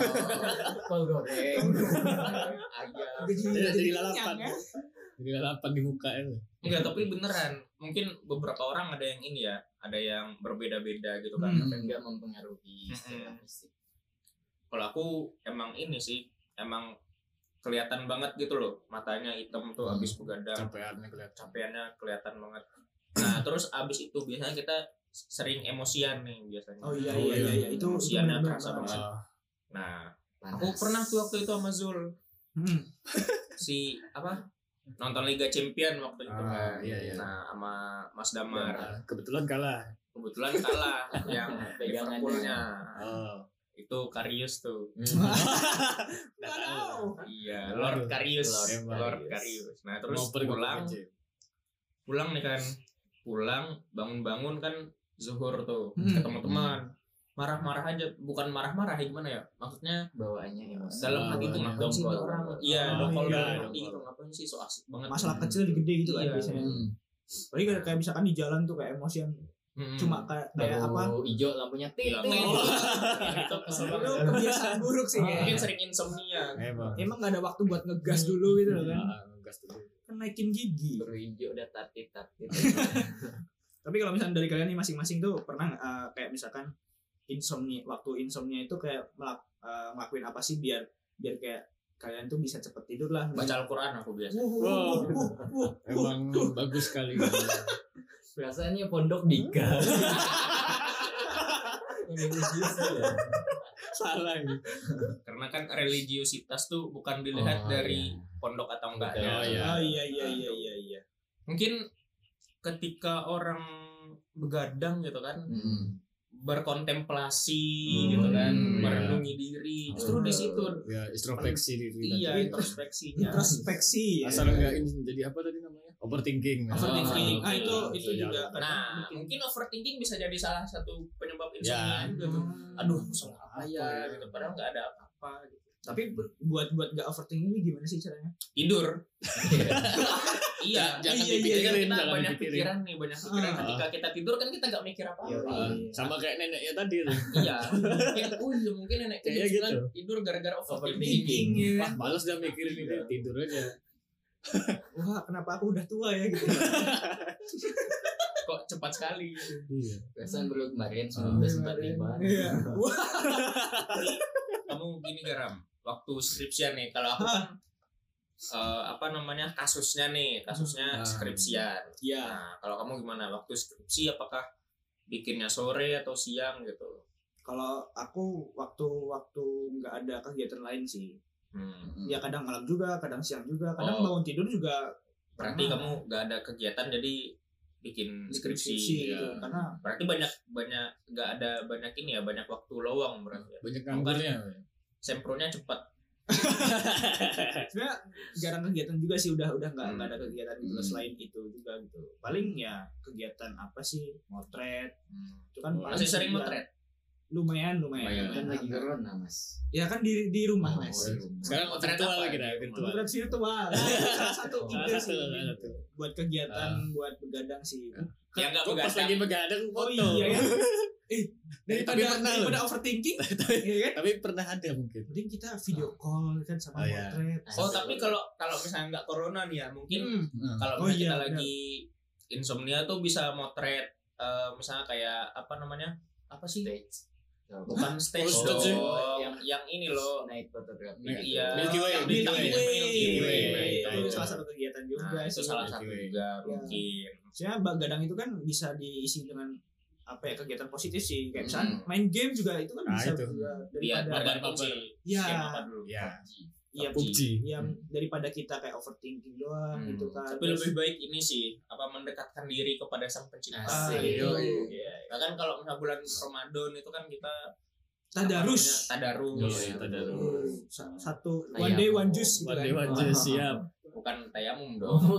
D: Kol goreng. Ayam.
A: Jadi- jadi lalapan.
C: kenyang, ya.
A: Jadi lalapan di muka itu.
B: enggak tapi beneran mungkin beberapa orang ada yang ini ya ada yang berbeda-beda gitu kan
C: Hmm.
D: Enggak mempengaruhi secara
B: Mm-mm.
D: fisik.
B: kalau aku emang ini sih emang kelihatan banget gitu loh matanya hitam tuh
A: Hmm.
B: abis begadang
A: Capeannya kelihatan.
B: capeannya kelihatan banget nah terus abis itu biasanya kita sering emosian nih biasanya
C: oh iya
A: Oh,
C: iya
A: iya.
C: iya, iya. itu itu
B: Siannya
C: benar-benar
B: terasa
C: banget.
B: banget.
A: Ah,
B: nah
D: Panas.
B: aku pernah tuh waktu itu sama Zul
C: Hmm.
B: si apa nonton Liga Champion waktu itu
A: Ah,
B: kan
A: iya, iya.
B: nah sama Mas Damar
A: ah, kebetulan kalah.
B: kebetulan kalah yang
D: Pegangannya.
B: Liverpoolnya
A: Oh.
B: itu Karius tuh
A: Nggak
C: Nggak
A: tahu.
C: tahu.
B: iya
A: Aduh.
B: Lord Karius
A: Lord
B: Lord,
A: Karius.
B: Karius nah terus
A: Ngoper nggak
B: pulang
A: pakai jeep.
B: pulang nih kan pulang bangun-bangun kan zuhur tuh
C: Hmm.
B: ke teman-teman marah-marah aja bukan marah-marah ya gimana ya maksudnya
D: Bawaannya emosi.
B: dalam
A: Ah,
B: hati tuh
A: iya.
B: ngapain sih ini
D: Dongkol.
B: orang iya
A: Oh,
B: dongkol
A: iya,
B: dalam
A: dongkol.
B: hati gitu ngapain sih so asik banget
C: masalah kecil digede gitu kan
B: Iya.
C: biasanya
D: Hmm.
C: tapi kayak kayak misalkan di jalan tuh kayak emosian
B: Mm-mm.
C: cuma kayak kayak apa
D: Lampu hijau lampunya tik.
B: Iya.
D: tik.
B: Oh. itu kesel
C: itu
B: banget
C: kebiasaan buruk sih
B: mungkin
C: kayaknya
B: sering insomnia
A: Emang.
C: emang gak ada waktu buat ngegas dulu gitu loh kan
A: Ah, ngegas dulu.
C: kan naikin gigi
D: Baru hijau udah tatit tatit.
C: tapi kalau misalnya dari kalian nih masing-masing tuh pernah nggak, eh, kayak misalkan insomnia waktu insomnia itu kayak melak, eh, ngelakuin apa sih biar biar kayak kalian tuh bisa cepet tidur lah
B: baca Al-Quran aku biasa
C: Wuh, wuh, wuh, wuh, wuh, wuh.
A: Emang bagus sekali.
D: Perasaannya pondok dika. ya.
A: Salah ini.
B: karena kan religiositas tuh bukan dilihat
D: Oh,
B: dari
D: iya.
B: pondok atau
A: Oh,
B: enggaknya
A: iya.
C: oh iya iya iya iya iya
B: mungkin ketika orang begadang gitu kan
D: Hmm.
B: berkontemplasi
D: Hmm,
B: gitu kan
A: iya.
B: merenungi diri justru di situ
A: Ya, introspeksi diri.
B: iya
A: tadi.
B: introspeksinya
C: introspeksi ya.
A: Asal enggak ini jadi apa tadi namanya? Overthinking.
C: Overthinking.
A: Ah,
C: Ah, itu itu
A: Iya.
C: juga kadang
B: nah
C: bikin-
B: mungkin overthinking bisa jadi salah satu penyebab
A: Ya.
B: insomnia juga tuh
C: Hmm.
B: aduh aku salah
A: Apa
B: apa ya
A: ya?
B: gitu padahal nggak ada apa-apa gitu
C: tapi ber- buat buat nggak overthinking ini gimana sih caranya
B: tidur iya
A: Jangan
B: iya, iya,
A: dipikirin,
B: kita
A: jangan
B: banyak
A: dipikirin.
B: pikiran nih banyak pikiran
C: Ah.
B: ketika kita tidur kan kita nggak mikir apa
D: Iya.
A: Ah, sama kayak neneknya tadi tuh.
B: iya mungkin oh iya mungkin nenek
A: Kayaknya
B: kecil kan
A: gitu.
B: tidur gara-gara
C: Overthinking,
B: overthinking iya.
C: ya
A: Wah,
C: kan?
A: males dah mikirin ini tidur aja.
C: wah kenapa aku udah tua ya gitu
B: kok cepat sekali
A: Iya.
D: Perasaan baru kemarin
A: Oh.
D: 1945.
C: Iya. Wah,
B: kamu gini garam waktu skripsian nih kalau aku kan eh, apa namanya kasusnya nih
A: Hmm.
B: kasusnya skripsian
C: iya
B: nah kalau kamu gimana waktu skripsi apakah bikinnya sore atau siang gitu
C: kalau aku waktu waktu nggak ada kegiatan lain sih
B: hmm.
A: Iya,
C: ya
A: kan.
C: kadang malam juga kadang siang juga kadang
B: Oh.
C: bangun tidur juga
B: berarti
C: Pernah.
B: kamu nggak ada kegiatan jadi Ah. bikin skripsi, iya.
C: gitu
A: ya.
C: karena
B: berarti banyak banyak nggak ada banyak ini ya banyak waktu lowong berarti ya.
A: Banyak nganggurnya.
B: sempronya cepat
C: sebenarnya jarang kegiatan juga sih udah udah nggak
B: Hmm.
C: nggak ada kegiatan gitu loh,
D: Hmm.
C: selain itu juga gitu paling ya kegiatan apa sih motret itu kan paling
B: Hmm. masih sering
C: sebulan.
B: motret
C: lumayan lumayan,
A: Oh, Lumayan.
D: Kan lagi corona, Mas.
C: ya kan di di rumah
D: Oh,
C: mas
D: di rumah.
A: Sekarang
B: Motret
A: virtual
B: apa?
A: kita, virtual.
C: motret virtual salah satu ide
D: Salah
A: satu,
C: Iya sih
A: salah satu.
C: buat kegiatan buat begadang sih
B: ya nggak
A: Kok pas
B: begadang.
A: lagi begadang
C: oh
A: foto.
C: iya ya eh
A: Tapi
C: daripada
A: pernah loh.
C: daripada overthinking ya kan
A: Tapi pernah ada mungkin.
C: mending kita video call kan sama
A: Oh, iya.
C: motret
B: Oh tapi kalau kalau misalnya nggak corona nih ya mungkin
C: Hmm.
B: kalau
C: Oh,
B: misalnya
C: iya,
B: kita lagi insomnia tuh bisa motret eh, misalnya kayak apa namanya apa sih
D: stage.
B: bukan stage
A: Oh,
B: dong
A: stage.
B: yang yang ini loh
D: night photography.
A: Nah,
D: gitu.
B: iya.
A: Milky Way,
B: Yang
A: Milky
B: bintang
A: Way.
B: itu, Milky
A: Way.
B: Way.
A: Nah,
C: iya, itu
A: iya. Ah,
C: salah satu kegiatan juga
B: Nah, itu
C: sih.
B: salah
A: Milky
B: satu
A: Way.
B: juga mungkin
C: Sebenarnya begadang itu kan bisa diisi dengan apa ya kegiatan positif sih kayak misalnya
B: Hmm. Iya,
C: main game juga itu kan
A: Ah,
C: bisa
A: itu.
C: juga
B: biar
C: daripada
A: Mabar,
B: tergantung
A: mabar.
B: sih
C: ya
B: game apa dulu
A: Iya.
D: Iya.
C: Iya,
A: PUBG.
C: yang daripada kita kayak overthinking doang
D: Hmm.
C: gitu kan.
B: Tapi
C: Terus-
B: lebih baik ini sih apa mendekatkan diri kepada sang pencipta.
C: Ah,
D: Asik.
C: gitu.
B: Iya. Bahkan kalau misalnya bulan Ramadan itu kan kita
C: Tadarus.
B: apa namanya, Tadarus.
A: Iya, tadarus.
C: Sa- Satu one
D: Tayamum.
C: day one juice gitu
A: One day
C: kan.
A: one day, siap.
B: Bukan tayamum dong.
D: Oh,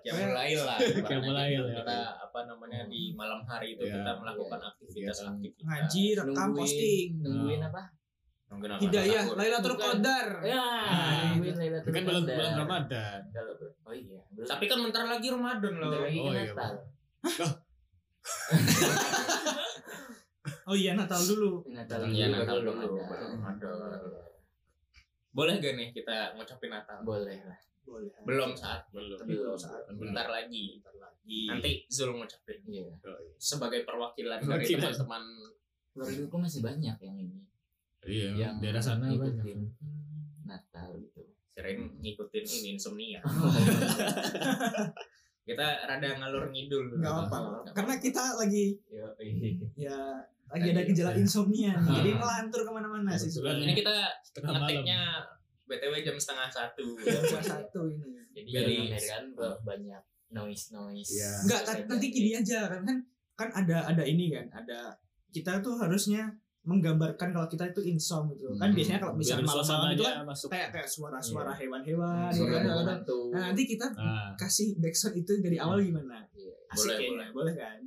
B: Ya mulai lah.
A: Qiyamul Lail, ya.
B: Kita apa namanya di malam hari itu
A: Iya.
B: kita melakukan
A: Kegiatan.
B: aktivitas-aktivitas.
C: Ngaji, rekam,
D: Nungguin.
C: posting.
D: nungguin apa?
B: Mungkin apa?
C: Hidayah,
B: Takut.
C: Lailatul
D: Bukan.
C: Qadar.
D: Ya,
A: Ah,
D: nungguin Lailatul
A: Kan bulan
D: Qadar.
A: bulan Ramadan.
D: Kalau- Oh iya. belum.
B: Tapi kan bentar lagi Ramadan loh.
D: Bentar lagi
A: Oh,
D: kan
A: iya,
D: Natal.
C: Oh iya Natal dulu.
D: Natal
B: Iya,
D: dulu,
B: Natal
D: baru
B: dulu,
D: Ramadan.
B: baru Ramadan. Boleh gak nih kita ngucapin Natal?
D: Boleh lah.
C: Boleh.
B: Belum saat,
A: Belum.
C: Tapi belum saat.
A: Belum.
B: bentar lagi.
C: Lagi.
B: Nanti Zul ngucapin
D: Iya.
B: sebagai perwakilan dari
A: Perwakilan.
B: teman-teman
D: Keluargaku masih banyak yang ini.
A: Iya,
D: yang
A: daerah sana banyak.
D: ngikutin Natal gitu.
B: sering ngikutin ini insomnia. Kita rada ngalur ngidul.
C: Gak apa-apa lah. Karena kita lagi
D: Yo, iya.
C: ya lagi ada gejala insomnia nih.
B: Ah.
C: Jadi ngelantur kemana-mana sih
A: Kebetulan
B: Ini
C: sebenarnya.
B: kita
A: Tengah malam.
B: ngetiknya BTW jam setengah satu.
C: Jam satu ini.
D: Jadi
B: Biar
D: Jadi
B: noise.
D: kan ba- banyak noise noise.
A: Iya.
C: Enggak, kan, nanti gini aja kan kan kan ada ada ini kan, ada kita tuh harusnya menggambarkan kalau kita itu insom gitu. Kan
D: Hmm.
C: biasanya kalau misalnya
A: Biar
C: malam-malam itu kan
A: suasananya masuk.
C: kayak kayak suara-suara hewan-hewan gitu
D: Suara
C: kan.
D: burung hantu.
C: Nah, nanti kita
A: Ah,
C: kasih backsound itu dari awal gimana?
D: Iya.
C: Asik
B: Boleh,
C: kayaknya, boleh kan?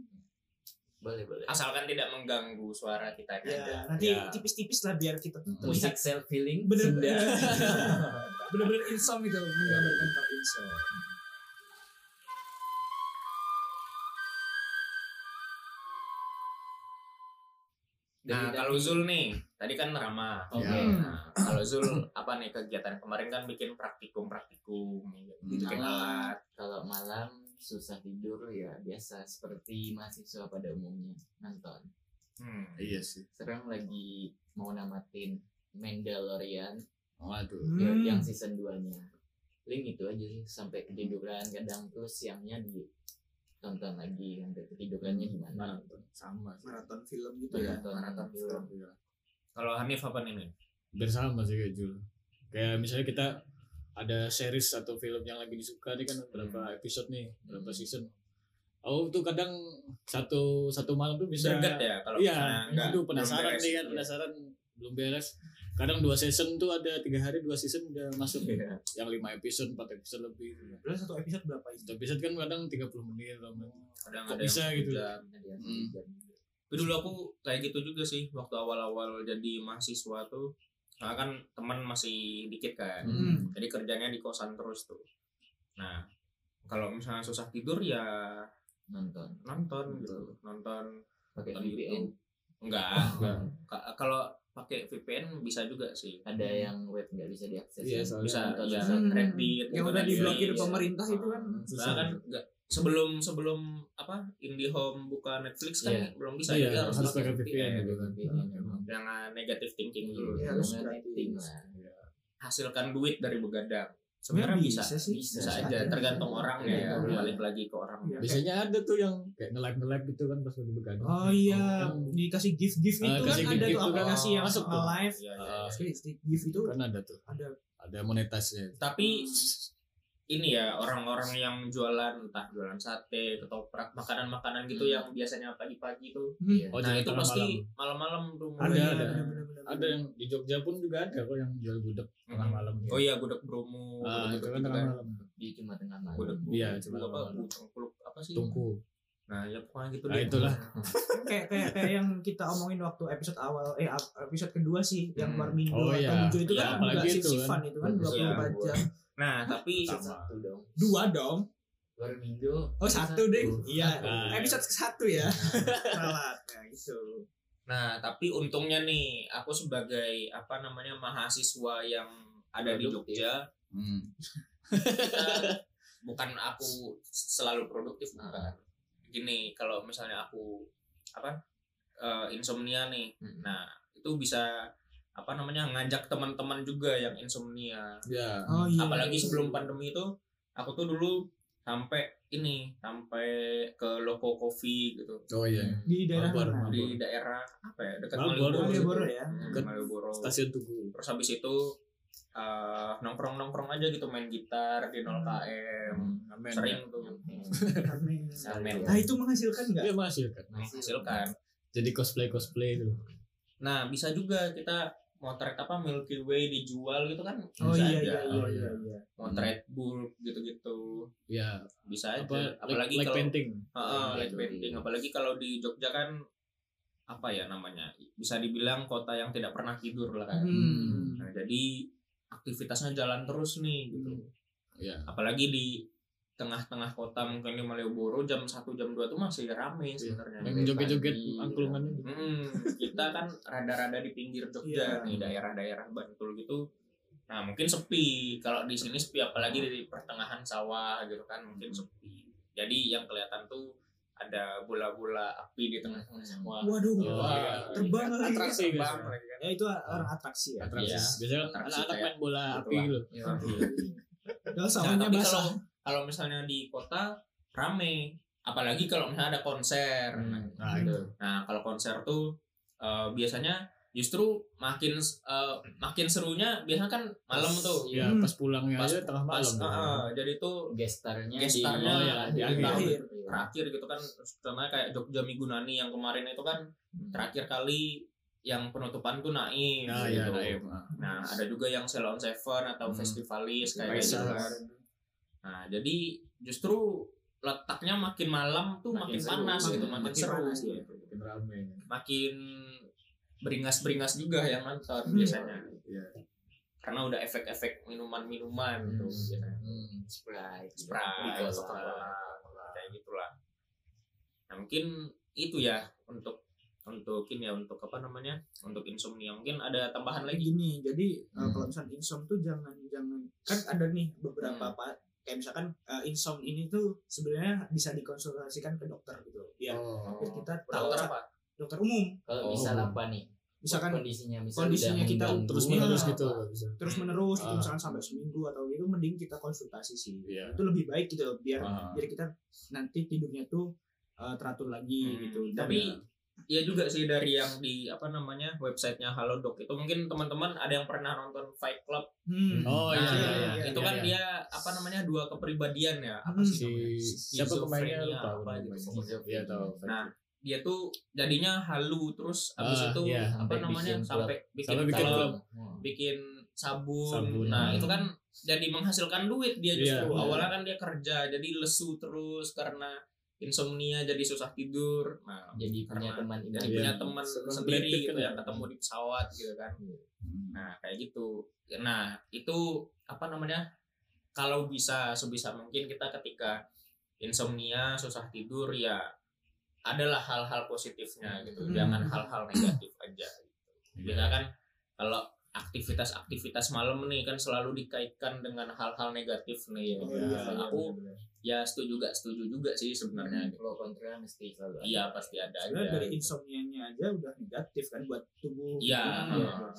D: Boleh boleh.
B: Asalkan tidak mengganggu suara kita
C: Ya,
B: aja.
C: nanti
A: Ya.
C: tipis-tipis lah biar kita tuh
D: Musik self healing.
C: bener-bener
D: Sunda.
C: bener-bener insom gitu menggambarkan kalau insom.
B: Nah,
D: Dari-
B: kalau Zul nih, tadi kan ramah.
D: kan, Oke.
A: Ya.
B: Nah, kalau Zul apa nih kegiatan kemarin kan bikin praktikum-praktikum ya kan?
C: Gitu
A: Hmm,
D: Bikin
C: kan.
B: bikin alat.
D: alat. Kalau malam susah tidur ya biasa seperti mahasiswa pada umumnya nonton.
B: Hmm.
A: iya sih.
D: Sekarang lagi mau namatin Mandalorian
A: Waduh.
D: ya,
C: Hmm.
D: yang season 2-nya. Link itu aja sih sampai ketiduran kadang terus siangnya di tonton lagi sampai ketidurannya gimana.
A: Maraton sama. sih.
C: maraton film gitu
A: Iya.
C: ya.
D: Maraton nonton film.
B: Kalau Hanif apa nih? Min?
A: Hampir sama sih kayak Jul. Kayak misalnya kita ada series atau film yang lagi disuka nih kan berapa episode nih, berapa season. Oh tuh kadang satu satu malam tuh bisa
B: Greget ya kalau misalnya
A: Iya,
B: nggak-
A: aduh penasaran
B: belum beres. iya.
A: nih kan, penasaran belum beres. Kadang dua season tuh ada tiga hari dua season udah masuk
D: Iya.
A: yang lima episode empat episode lebih.
C: Padahal satu episode berapa itu?
A: Satu episode kan kadang 30 menit atau berapa.
B: Kadang
A: Kok
B: ada yang
A: bisa gitu?
B: jam.
D: Ada yang
A: Hmm.
D: jam.
B: Tapi dulu aku kayak gitu juga sih waktu awal-awal jadi mahasiswa tuh. Nah, kan teman masih dikit kan.
D: Hmm.
B: Jadi kerjanya di kosan terus tuh. Nah, kalau misalnya susah tidur ya
D: Nonton
B: nonton gitu. Nonton
D: pakai
B: Nonton
D: VPN.
B: enggak. Ka- Kalau pakai VPN bisa juga sih.
D: Ada yang web nggak bisa diakses.
A: Iya, soalnya
B: bisa
D: nonton
B: ya,
C: Hmm.
B: Reddit
C: Yang
B: gitu
C: udah
B: kan,
C: diblokir
B: Netflix.
C: pemerintah itu kan.
A: Susah.
B: Nah, kan nggak- sebelum sebelum apa IndiHome buka Netflix kan
D: Iya.
B: belum bisa
A: Iya,
B: jadi
A: harus pakai
D: VPN.
A: VPN gitu kan.
D: VPN memang.
B: jangan negatif thinking dulu
C: Iya. harus
D: harus rating
C: gratis.
D: lah.
A: Iya.
B: hasilkan duit dari begadang sebenarnya bisa bisa,
C: sih.
D: bisa
B: aja
D: Ada.
B: tergantung orangnya ya
D: Iya.
B: balik lagi ke orang ya.
C: Iya.
A: Biasanya ada tuh yang kayak nge-like nge-like gitu kan pas lagi begadang.
C: Oh iya,
A: Yang-
C: dikasih gift-gift
A: Ah,
C: itu kan
A: kasih
C: ada
A: gift-gift
C: tuh
A: tuh kan.
C: aplikasi yang
A: Masuk
C: masuk
A: tuh.
C: live.
B: Iya, iya, iya.
A: Ah,
C: Jadi gift itu
A: kan ada tuh.
C: ada
A: Ada monetasnya.
B: tapi ini ya orang-orang yang jualan entah jualan sate ketoprak makanan-makanan gitu
D: Hmm.
B: yang biasanya pagi-pagi tuh
C: Hmm.
D: Iya.
A: Oh,
B: nah
A: jadi
B: itu
A: tengah
B: pasti malam-malam tuh
A: Ada,
B: mulai.
C: iya,
A: ada.
C: benar-benar.
A: Ada yang di Jogja pun juga ada kok yang jual gudeg tengah
B: Hmm.
A: malam.
B: oh iya gudeg bromo
A: Ah,
B: gudeg
A: itu kan
B: gitu
A: tengah
B: kan.
A: malam.
D: Dia cuma tengah malam.
B: Gudeg
A: Iya,
B: bromo,
A: cuma
B: apa
A: malam.
B: gudeg peluk apa sih
A: Tungku.
B: nah ya pokoknya gitu
A: Nah, itulah.
C: kayak kayak kayak yang kita omongin waktu episode awal eh ap- episode kedua sih yang
B: Hmm.
C: warna minggu
A: Oh,
C: atau
A: iya.
C: hijau itu
B: Iya,
C: kan
A: apalagi
C: juga
A: itu
C: sif-sifan itu kan
D: Iya.
C: 24 jam.
B: nah tapi
D: Episode satu dong.
C: Dua dong.
D: Baru minggu.
C: Oh, satu deh. Iya.
A: Ah,
C: Episode ke satu ya. Ralat ya gitu.
B: Nah, tapi untungnya nih, aku sebagai apa namanya mahasiswa yang ada di
D: Produktif.
B: Jogja,
A: Hmm.
B: kita- bukan aku selalu produktif, bukan. Gini, kalau misalnya aku apa eh, insomnia nih, nah itu bisa apa namanya ngajak teman-teman juga yang insomnia.
A: Ya.
C: Oh iya.
B: Apalagi sebelum pandemi itu, aku tuh dulu sampai ini, sampai ke loko kopi gitu
A: Oh iya.
C: di daerah
A: Mabor,
C: mana?
A: mabor.
B: di daerah apa ya dekat
A: Malioboro.
B: Malioboro.
C: Malioboro
B: gitu.
C: ya.
B: Hmm,
A: Dekat
B: Malioboro.
A: Stasiun Tugu.
B: terus habis itu eh, nongkrong-nongkrong aja gitu main gitar di
C: Hmm.
B: 0KM.
A: Amin.
B: Sering tuh
C: Amin.
D: Amin.
C: Nah itu menghasilkan nggak?
A: Dia menghasilkan.
C: Hmm.
B: menghasilkan.
A: Iya, Jadi cosplay cosplay itu.
B: Nah, bisa juga kita motret apa Milky Way dijual gitu kan.
C: Oh
B: bisa
C: iya
B: aja.
C: iya iya
A: Oh, iya.
C: iya. iya.
B: Motret bulk gitu-gitu.
A: Ya.
B: Bisa aja.
A: Apa?
B: apalagi
A: Apalagi like,
B: kalau
A: painting.
B: Heeh,
D: Iya,
B: light
D: iya.
B: painting. Apalagi kalau di Jogja kan apa ya namanya? Bisa dibilang kota yang tidak pernah tidur lah kan.
C: Hmm.
B: Nah, jadi aktivitasnya jalan terus nih gitu.
A: Iya.
B: Apalagi di tengah-tengah kota mungkin di Malioboro jam 1 jam 2 tuh masih ramai sebenarnya.
A: Yang joget-joget
D: Pagi,
A: angklungan
D: pagi.
A: itu.
B: Hmm, kita kan rada-rada di pinggir Jogja
C: Iya.
B: nih daerah-daerah Bantul gitu. Nah mungkin sepi. Kalau di sini sepi apalagi di pertengahan sawah gitu kan mungkin sepi. Jadi yang kelihatan tuh ada bola-bola api di tengah-tengah sawah.
C: Waduh.
A: Oh, iya.
C: Terbang lagi.
B: atraksi
A: Terbang
B: terbang lagi kan.
C: Ya itu orang atraksi
A: Iya.
C: ya.
A: Atraksi.
B: Iya.
A: Biasanya kan
B: Atraksi
A: anak-anak
B: kayak
A: main bola
B: gitu
A: api
B: lah.
A: gitu.
D: Iya.
C: Ya, Kalau
B: Nah,
C: sawahnya
B: tapi
C: basah.
B: kalau kalau misalnya di kota rame, apalagi kalau misalnya ada konser.
A: Nah, itu.
B: Nah, kalau konser tuh eh, biasanya justru makin eh, makin serunya biasanya kan malam tuh.
A: Ya,
C: Hmm.
A: pas pulangnya
B: Pas-
A: aja tengah malam.
B: Pas,
A: Iya,
B: eh, jadi tuh
D: Gestarnya
B: Gestarnya
D: di,
A: di akhir.
B: terakhir gitu kan terutama kayak Jogja Minggu Nani yang kemarin itu kan
A: Hmm.
B: terakhir kali yang penutupan tuh naik
A: Ya, ya,
B: gitu.
A: Naim.
B: Nah, ada juga yang Sell on Seven atau
A: Hmm.
B: Festivalis kayak
A: Kaisa.
B: gitu kan. Nah, jadi justru letaknya makin malam tuh makin,
D: Makin seru.
B: panas gitu,
D: Makin-
B: makin,
C: makin
B: seru.
C: panas, iya.
A: Makin rame.
B: Makin beringas-beringas juga yang nonton
C: Hmm.
B: biasanya.
A: Iya.
B: Karena udah efek-efek minuman-minuman
A: Hmm.
B: tuh gitu, biasanya.
A: Hmm.
D: Sprite.
B: Sprite,
D: Coca-Cola.
B: Coca-Cola, kayak gitulah. Nah, mungkin itu ya untuk untuk ini ya untuk apa namanya? Untuk insomnia mungkin ada tambahan lagi.
C: gini jadi eh,
A: Hmm.
C: kalau misalkan insom tuh jangan jangan kan ada nih beberapa
B: Hmm.
C: apa kayak misalkan eh, insom ini tuh sebenarnya bisa dikonsultasikan ke dokter gitu biar
A: Oh.
C: biar kita tahu
B: Dokter apa?
C: dokter umum
A: Oh.
D: Kalau misal apa nih?
C: misalkan
D: kondisinya misal
C: kondisinya
D: udah
C: kita
D: mengganggu
A: Terus
C: Iya.
A: menerus
D: apa.
A: gitu nggak bisa.
C: terus menerus gitu
B: Hmm.
A: Ah.
C: misalkan sampai seminggu atau gitu mending kita konsultasi sih
A: Iya.
C: itu lebih baik gitu loh, biar
A: Ah.
C: biar kita nanti tidurnya tuh eh, teratur lagi
B: Hmm,
C: gitu Dan-
B: tapi iya juga sih dari yang di apa namanya websitenya Halodoc itu mungkin teman-teman ada yang pernah nonton Fight Club
C: Hmm.
A: Oh iya, iya,
B: Nah,
A: iya, iya,
B: itu
A: iya,
B: kan
A: iya.
B: dia apa namanya dua kepribadian ya apa
C: Hmm.
B: sih
A: si
B: namanya?
A: siapa pemainnya
B: Schizophrenia
A: lupa
B: apa
A: apa
B: gitu.
A: Iya tahu.
B: Nah, dia tuh jadinya halu terus abis
A: Ah,
B: itu
A: iya.
B: apa
D: Sampai
B: namanya
D: bikin
B: sampai bikin
A: Sampai bikin
B: klub,
A: klub.
D: Hmm.
B: bikin sabun.
A: Sabun.
B: Nah,
D: Hmm.
B: itu kan jadi menghasilkan duit dia
A: Iya,
B: justru.
A: iya.
B: Awalnya kan dia kerja jadi lesu terus karena insomnia jadi susah tidur. Nah,
D: Jadi punya
B: Karena-
D: teman
B: jadi
A: Iya.
B: punya teman
A: Sebelum
B: sendiri
A: Brad Pitt
B: gitu
A: kan ya.
B: yang ketemu di pesawat gitu kan nah kayak gitu nah itu apa namanya kalau bisa sebisa mungkin kita ketika insomnia susah tidur ya adalah hal-hal positifnya gitu
C: Hmm.
B: jangan hal-hal negatif aja kita
A: Iya.
B: kan kalau aktivitas-aktivitas malam nih kan selalu dikaitkan dengan hal-hal negatif nih
C: Oh,
B: ya.
C: iya, Hmm.
B: aku ya setuju juga setuju juga sih sebenarnya
D: pro kontra mesti selalu ada.
B: iya pasti ada
C: sebenarnya
B: aja
C: dari insomnia-nya aja udah negatif kan buat tubuh
B: Iya.
C: Iya.
D: Ah.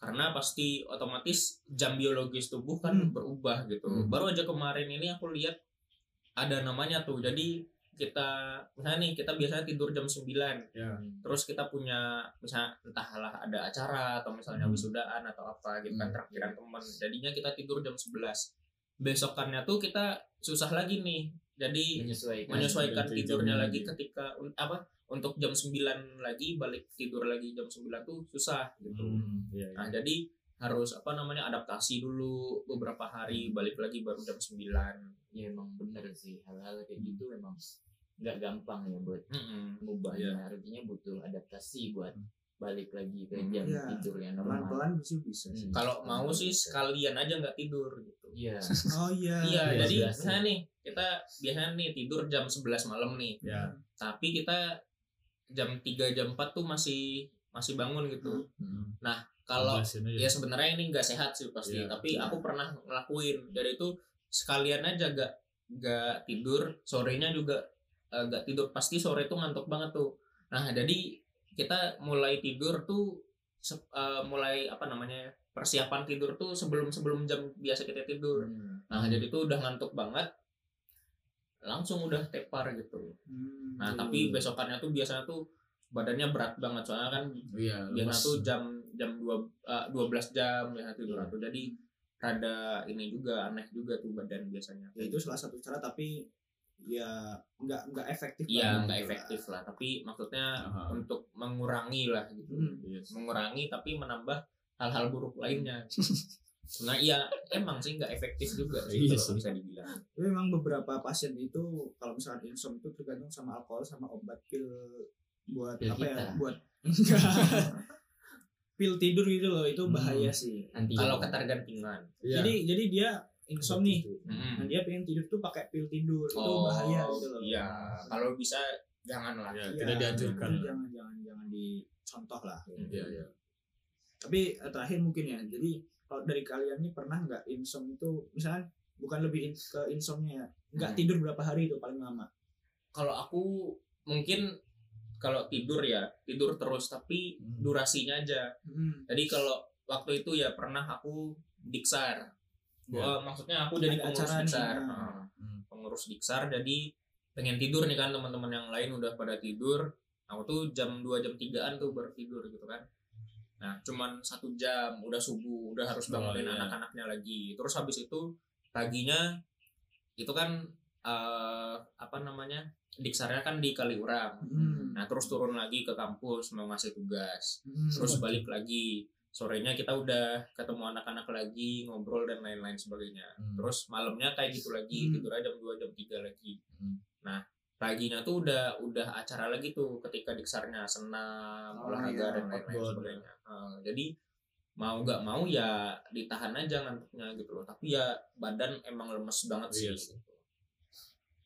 B: karena pasti otomatis jam biologis tubuh kan
C: Hmm.
B: berubah gitu.
A: Hmm.
B: Baru aja kemarin ini aku lihat ada namanya tuh. Jadi kita misalnya nih kita biasanya tidur jam 9.
A: Ya.
B: Terus kita punya misalnya entahlah ada acara atau misalnya
A: Hmm.
B: wisudaan atau apa gitu kan
A: Hmm.
B: terakhiran teman. Jadinya kita tidur jam 11. Besokannya tuh kita susah lagi nih. Jadi
D: menyesuaikan
B: menyesuaikan
A: Ganti
B: tidurnya
A: jamnya
B: lagi
A: lagi.
B: ketika un- apa untuk jam 9 lagi balik tidur lagi jam 9 tuh susah gitu.
A: Iya.
B: Nah,
D: Hmm.
B: jadi harus apa namanya adaptasi dulu beberapa hari
D: Hmm.
B: balik lagi baru jam 9.
D: ya emang bener sih hal-hal kayak gitu
B: Hmm.
D: memang nggak gampang ya buat
B: Mm-mm.
D: mengubahnya
B: Iya.
D: artinya butuh adaptasi buat balik lagi ke
B: Hmm.
D: jam
C: Iya.
D: tidur yang normal
C: pelan-pelan sih bisa sih.
D: Hmm.
B: Kalau mau sih sekalian aja nggak tidur gitu.
D: iya
C: oh iya
B: Iya,
A: Iya,
B: jadi
D: iya.
B: misalnya nih kita biasanya nih tidur jam 11 malam nih,
A: Ya.
B: tapi kita jam 3 jam 4 tuh masih masih bangun
D: Hmm.
B: gitu.
A: Hmm.
B: Kalau ya sebenarnya ini nggak sehat sih pasti
A: Iya.
B: tapi
C: Iya.
B: aku pernah ngelakuin dari itu sekalian aja gak gak tidur sorenya juga eh, gak tidur pasti sore tuh ngantuk banget tuh nah jadi kita mulai tidur tuh se- eh, mulai apa namanya ya, persiapan tidur tuh sebelum sebelum jam biasa kita tidur
D: Hmm.
B: nah jadi tuh udah ngantuk banget langsung udah tepar gitu
C: Hmm.
B: nah tapi besokannya tuh biasanya tuh badannya berat banget soalnya kan
A: Iya.
B: biasanya
A: lemas.
B: tuh jam jam dua eh, dua belas jam ya satu jam atau jadi rada ini juga aneh juga tuh badan biasanya
C: ya itu salah satu cara tapi ya nggak nggak efektif
B: iya
C: banget
B: nggak
C: gitu
B: efektif lah tapi maksudnya
A: Aha.
B: untuk mengurangi lah gitu
C: Hmm.
A: Yes.
B: mengurangi tapi menambah hal-hal buruk lainnya nah iya emang sih nggak efektif juga sih
A: Iya
B: kalau
A: sih.
B: bisa dibilang
C: Tapi memang beberapa pasien itu kalau misalkan insom itu tergantung sama alkohol sama obat pil buat
D: Pil
C: apa ya
D: kita.
C: buat pil tidur gitu loh itu bahaya sih.
D: nanti
B: kalau ketergantungan
A: Iya.
C: Jadi jadi dia insom nih.
A: Hmm.
B: Mm-mm.
C: Nah, dia pengen tidur tuh pakai pil tidur itu bahaya gitu loh.
B: Oh, iya kalau bisa jangan lah
A: Ya,
C: Iya,
A: tidak dianjurkan.
C: jadi Jangan jangan jangan dicontoh lah.
A: Iya, iya.
C: Tapi eh, terakhir mungkin ya. Jadi kalau dari kalian nih pernah nggak insom itu misalkan bukan lebih in- ke insomnya ya. Nggak
B: Hmm.
C: tidur berapa hari itu paling lama?
B: kalau aku mungkin kalau tidur ya tidur terus tapi
A: Hmm.
B: durasinya aja
C: Hmm.
B: jadi kalau waktu itu ya pernah aku diksar Gua- maksudnya aku jadi
C: Ya. Ada
B: pengurus
C: acara nih,
B: diksar
C: ya.
B: Heeh.
A: Hmm.
B: pengurus diksar jadi pengen tidur nih kan teman-teman yang lain udah pada tidur aku tuh jam 2 jam 3an tuh baru tidur gitu kan nah cuman satu jam udah subuh udah
A: Oh,
B: harus bangunin
A: iya.
B: anak-anaknya lagi terus habis itu paginya itu kan eh apa namanya diksarnya kan di Kaliurang
C: Hmm.
B: nah terus turun lagi ke kampus mau ngasih tugas
C: Hmm.
B: terus balik lagi sorenya kita udah ketemu anak-anak lagi ngobrol dan lain-lain sebagainya
A: Hmm.
B: terus malamnya kayak gitu lagi
C: Hmm.
B: tidur aja jam 2 jam 3 lagi
A: Hmm.
B: nah paginya tuh udah udah acara lagi tuh ketika diksarnya senam
C: Oh,
B: olahraga
C: iya,
B: dan lain-lain
A: outbound.
B: sebagainya Eh, jadi mau nggak mau ya ditahan aja ngantuknya gitu loh tapi ya badan emang lemes banget sih
A: Iya
B: gitu.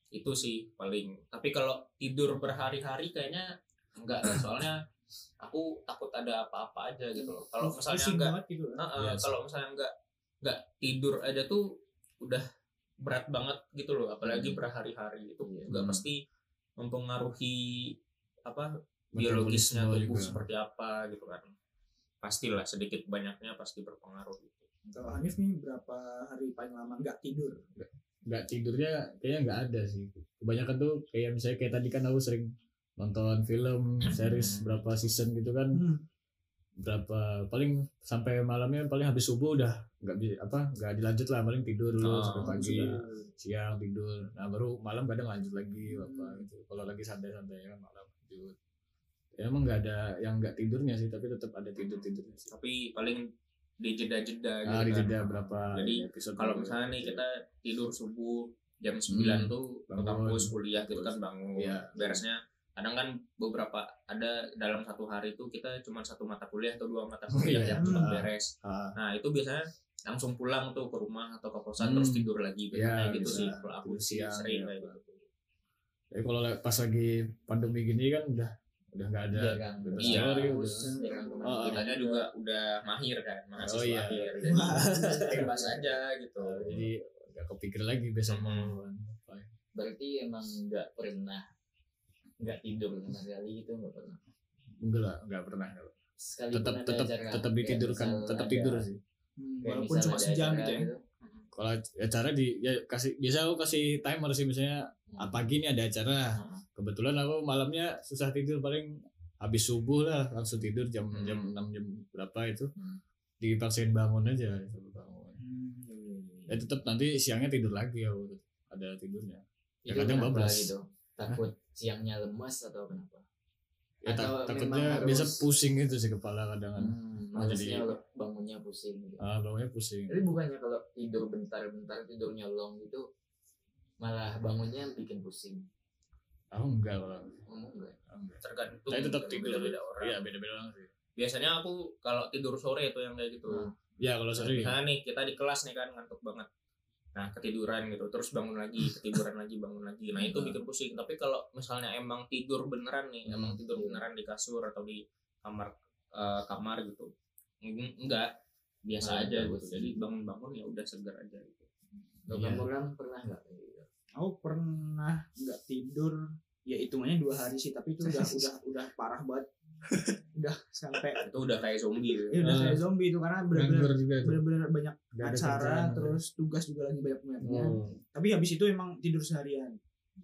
B: itu sih paling tapi kalau tidur berhari-hari kayaknya enggak soalnya aku takut ada apa-apa aja gitu loh kalau misalnya
C: Pusing
B: enggak
C: banget gitu kan.
B: Nah, eh,
A: Iya sih.
B: kalau misalnya nggak nggak tidur aja tuh udah berat banget gitu loh, apalagi berhari-hari itu
D: Iya.
B: juga
A: Hmm.
B: pasti mempengaruhi apa
A: Metabolisme
B: biologisnya tubuh
A: juga.
B: seperti apa gitu kan. Pastilah sedikit banyaknya pasti berpengaruh gitu.
C: Kalau Hanif nih berapa hari paling lama nggak tidur?
A: nggak tidurnya kayaknya nggak ada sih kebanyakan tuh kayak misalnya kayak tadi kan aku sering nonton film
B: Hmm.
A: series berapa season gitu kan
C: Hmm.
A: berapa paling sampai malamnya paling habis subuh udah nggak bi- apa nggak dilanjut lah paling tidur dulu
B: Oh,
A: sampai pagi
C: Sudah.
A: siang tidur nah baru malam kadang lanjut lagi apa
C: Hmm.
A: gitu kalau lagi santai-santai kan malam lanjut ya, emang nggak ada yang nggak tidurnya sih tapi tetap ada tidur tidurnya sih
B: Tapi paling di jeda-jeda gitu.
A: ah di
B: kan.
A: jeda berapa gitu.
B: Jadi,
A: episode
B: Kalau
A: dulu.
B: misalnya nih kita tidur subuh jam 9
A: Hmm.
B: tuh ke
A: Bangun.
B: kampus kuliah gitu kan bangun.
A: Iya.
B: Beresnya kadang kan beberapa ada dalam satu hari tuh kita cuma satu mata kuliah atau dua mata kuliah
A: Iya.
B: yang cuma
A: Hmm.
B: beres.
A: Ah,
B: Nah, itu biasanya langsung pulang tuh ke rumah atau ke kosan
A: Hmm.
B: terus tidur lagi
A: Iya,
B: biasanya gitu
A: bisa.
B: sih kalau aku
A: Tidur
B: sih
A: siang,
B: sering
A: iya,
B: kayak
A: Pak.
B: gitu.
A: Jadi kalau le- pas lagi pandemi gini kan udah udah nggak ada.
D: kan
A: Bebas
B: Iya. Ah,
A: keluar gitu. Oh,
D: ya kita
B: Kitanya juga udah mahir kan, mahasiswa
A: Oh, iya.
B: akhir. Jadi bebas aja gitu.
A: Nah, Jadi nggak kepikir lagi besok mau apa.
D: berarti emang nggak pernah nggak tidur sama sekali itu nggak pernah
A: Enggak lah, nggak pernah.
D: sekali
A: Tetap tetap tetap
B: kan,
A: ditidurkan, tetap kan, tidur sih.
C: Hmm, Walaupun cuma sejam gitu ya.
A: Kalau acara di ya kasih biasa aku kasih timer sih misalnya ah, pagi ini ada acara.
D: Hmm.
A: Kebetulan aku malamnya susah tidur paling habis subuh lah langsung tidur jam
B: Hmm.
A: jam 6 jam berapa itu.
D: Hmm.
A: Dipaksain bangun aja disuruh bangun.
C: Hmm.
A: Ya tetap nanti siangnya tidur lagi ya ada tidurnya. Ya,
D: Itu
A: kadang
D: kenapa
A: bablas.
D: gitu takut siangnya lemas atau kenapa
A: Ya, tak-
D: Atau
A: takutnya
D: memang
A: biasa
D: harus-
A: pusing itu sih kepala kadang kadang
D: hmm,
A: Oh, jadi-
D: malasnya lo- bangunnya pusing gitu.
A: Ah, bangunnya pusing.
D: tapi bukannya kalau tidur bentar-bentar tidur nyolong gitu malah bangunnya bikin pusing
A: Aku enggak kalau
D: ngomong nggak
A: aku enggak.
B: Tergantung
A: Tapi tetap tidur.
B: beda orang.
A: Iya, beda-beda orang sih.
B: Biasanya aku kalau tidur sore tuh yang kayak gitu.
D: Hmm.
A: Ya kalau sering
B: Misalnya nih kita di kelas nih kan ngantuk banget. Nah ketiduran gitu terus bangun lagi ketiduran lagi bangun lagi. Nah itu bikin pusing. Tapi kalau misalnya emang tidur beneran nih, emang
A: Hmm.
B: tidur beneran di kasur atau di kamar eh, kamar gitu, Eng- enggak biasa
D: Malah
B: aja gitu.
D: bagus.
B: Jadi bangun-bangun ya udah segar aja gitu.
D: Kalau
A: Iya.
D: kamu Ram, pernah nggak kayak gitu?
C: Aku pernah nggak tidur ya hitungannya dua hari sih tapi itu udah udah udah parah banget udah sampai
B: Itu udah kayak zombie. gitu.
C: ya udah
A: Eh,
C: kayak zombie itu karena benar-benar
A: nganggur juga tuh.
C: benar-benar banyak
A: Nggak ada
C: acara ya.
A: kerjaan.
C: terus tugas juga lagi banyak banyaknya
A: Oh.
C: tapi habis itu emang tidur seharian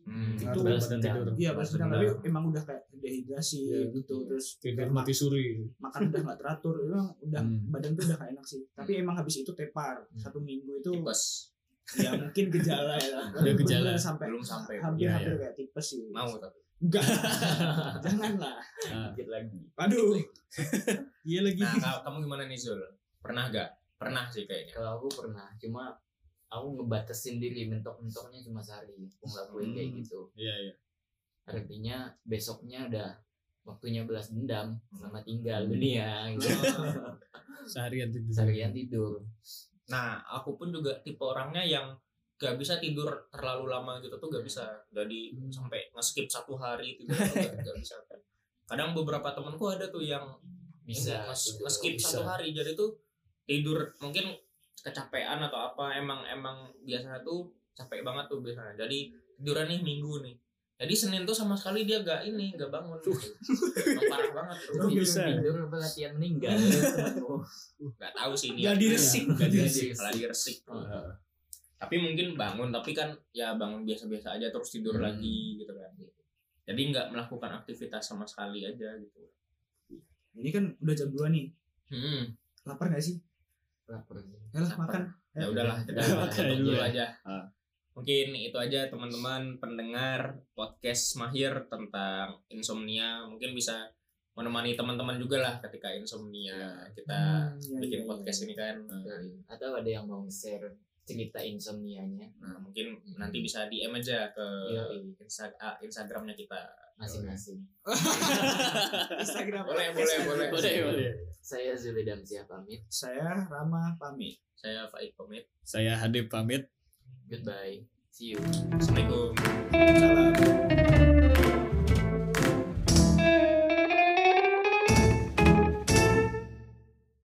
B: Hmm.
C: Itu
A: Berat
D: balas
A: badan
D: dendam.
A: tidur.
C: Iya pas
A: Balas
C: sedang tapi
A: dendam.
C: emang udah kayak dehidrasi
A: Iya.
C: gitu terus
A: tidur
C: kayak
A: mati suri.
C: makan udah nggak teratur emang udah
A: Hmm.
C: badan tuh udah gak enak sih
B: Hmm.
C: tapi emang habis itu tepar satu minggu itu
B: Tipes.
C: ya mungkin gejala ya
A: Ada gejala.
C: sampai
B: Belum sampai.
C: hampir
A: Iya,
C: hampir
A: iya.
C: kayak tipes sih
B: Mau tapi.
C: enggak janganlah
D: dikit lagi
A: Ah.
C: aduh iya lagi
B: Nah, ka- kamu gimana nih Zul? Pernah gak? Pernah sih kayaknya.
D: kalau aku pernah cuma aku ngebatasin diri mentok-mentoknya cuma sehari aku ngelakuin kayak
A: Hmm.
D: gitu
A: Iya iya.
D: artinya besoknya udah waktunya belas dendam sama tinggal dunia gitu
A: Seharian tidur.
D: seharian tidur
B: Nah, aku pun juga tipe orangnya yang gak bisa tidur terlalu lama gitu tuh gak bisa. Jadi sampai nge-skip satu hari gitu, tidur tuh gak, gak bisa. Kadang beberapa temanku ada tuh yang
D: bisa
B: nge-
D: tidur.
B: nge-skip
A: bisa.
B: satu hari jadi tuh tidur mungkin kecapean atau apa emang emang biasanya tuh capek banget tuh biasanya. Jadi tiduran nih minggu nih. Jadi Senin tuh sama sekali dia gak ini, gak bangun. Emang parah banget.
A: Tuh,
D: Tidur-
A: bisa.
D: tidur apa latihan meninggal Oh,
B: Gak tahu sih ini.
C: Jadi resik.
B: Gak
D: Jadi
B: diresik.
D: resik.
B: Lagi resik.
A: Heeh.
B: tapi mungkin bangun tapi kan ya bangun biasa-biasa aja terus tidur
D: Hmm.
B: lagi gitu kan jadi nggak melakukan aktivitas sama sekali aja gitu
C: ini kan udah jam 2 nih
B: hmm.
C: lapar gak sih
D: lapar sih
C: Ayolah
B: Lapar.
C: makan
B: ya udahlah kita
A: Oke,
B: tutup dulu
A: dulu ya.
B: aja
A: Ah.
B: mungkin itu aja teman-teman pendengar podcast Mahir tentang insomnia mungkin bisa menemani teman-teman juga lah ketika
A: Ya.
B: insomnia kita
C: Hmm, iya,
B: bikin
C: iya,
B: podcast
C: iya.
B: ini kan
A: Ah.
D: atau ada yang mau share cerita insomnianya
B: nah, mungkin nanti bisa DM aja ke
A: Ya.
D: Yoi.
B: Insta- ah, Instagramnya kita
D: masing-masing
C: Instagram
B: boleh boleh
C: podcast.
B: boleh
A: Boleh boleh.
D: saya Zuli Damsyah pamit
C: saya Rama pamit
B: saya Faik pamit
A: Saya Hadi pamit.
D: goodbye see you
B: assalamualaikum
C: salam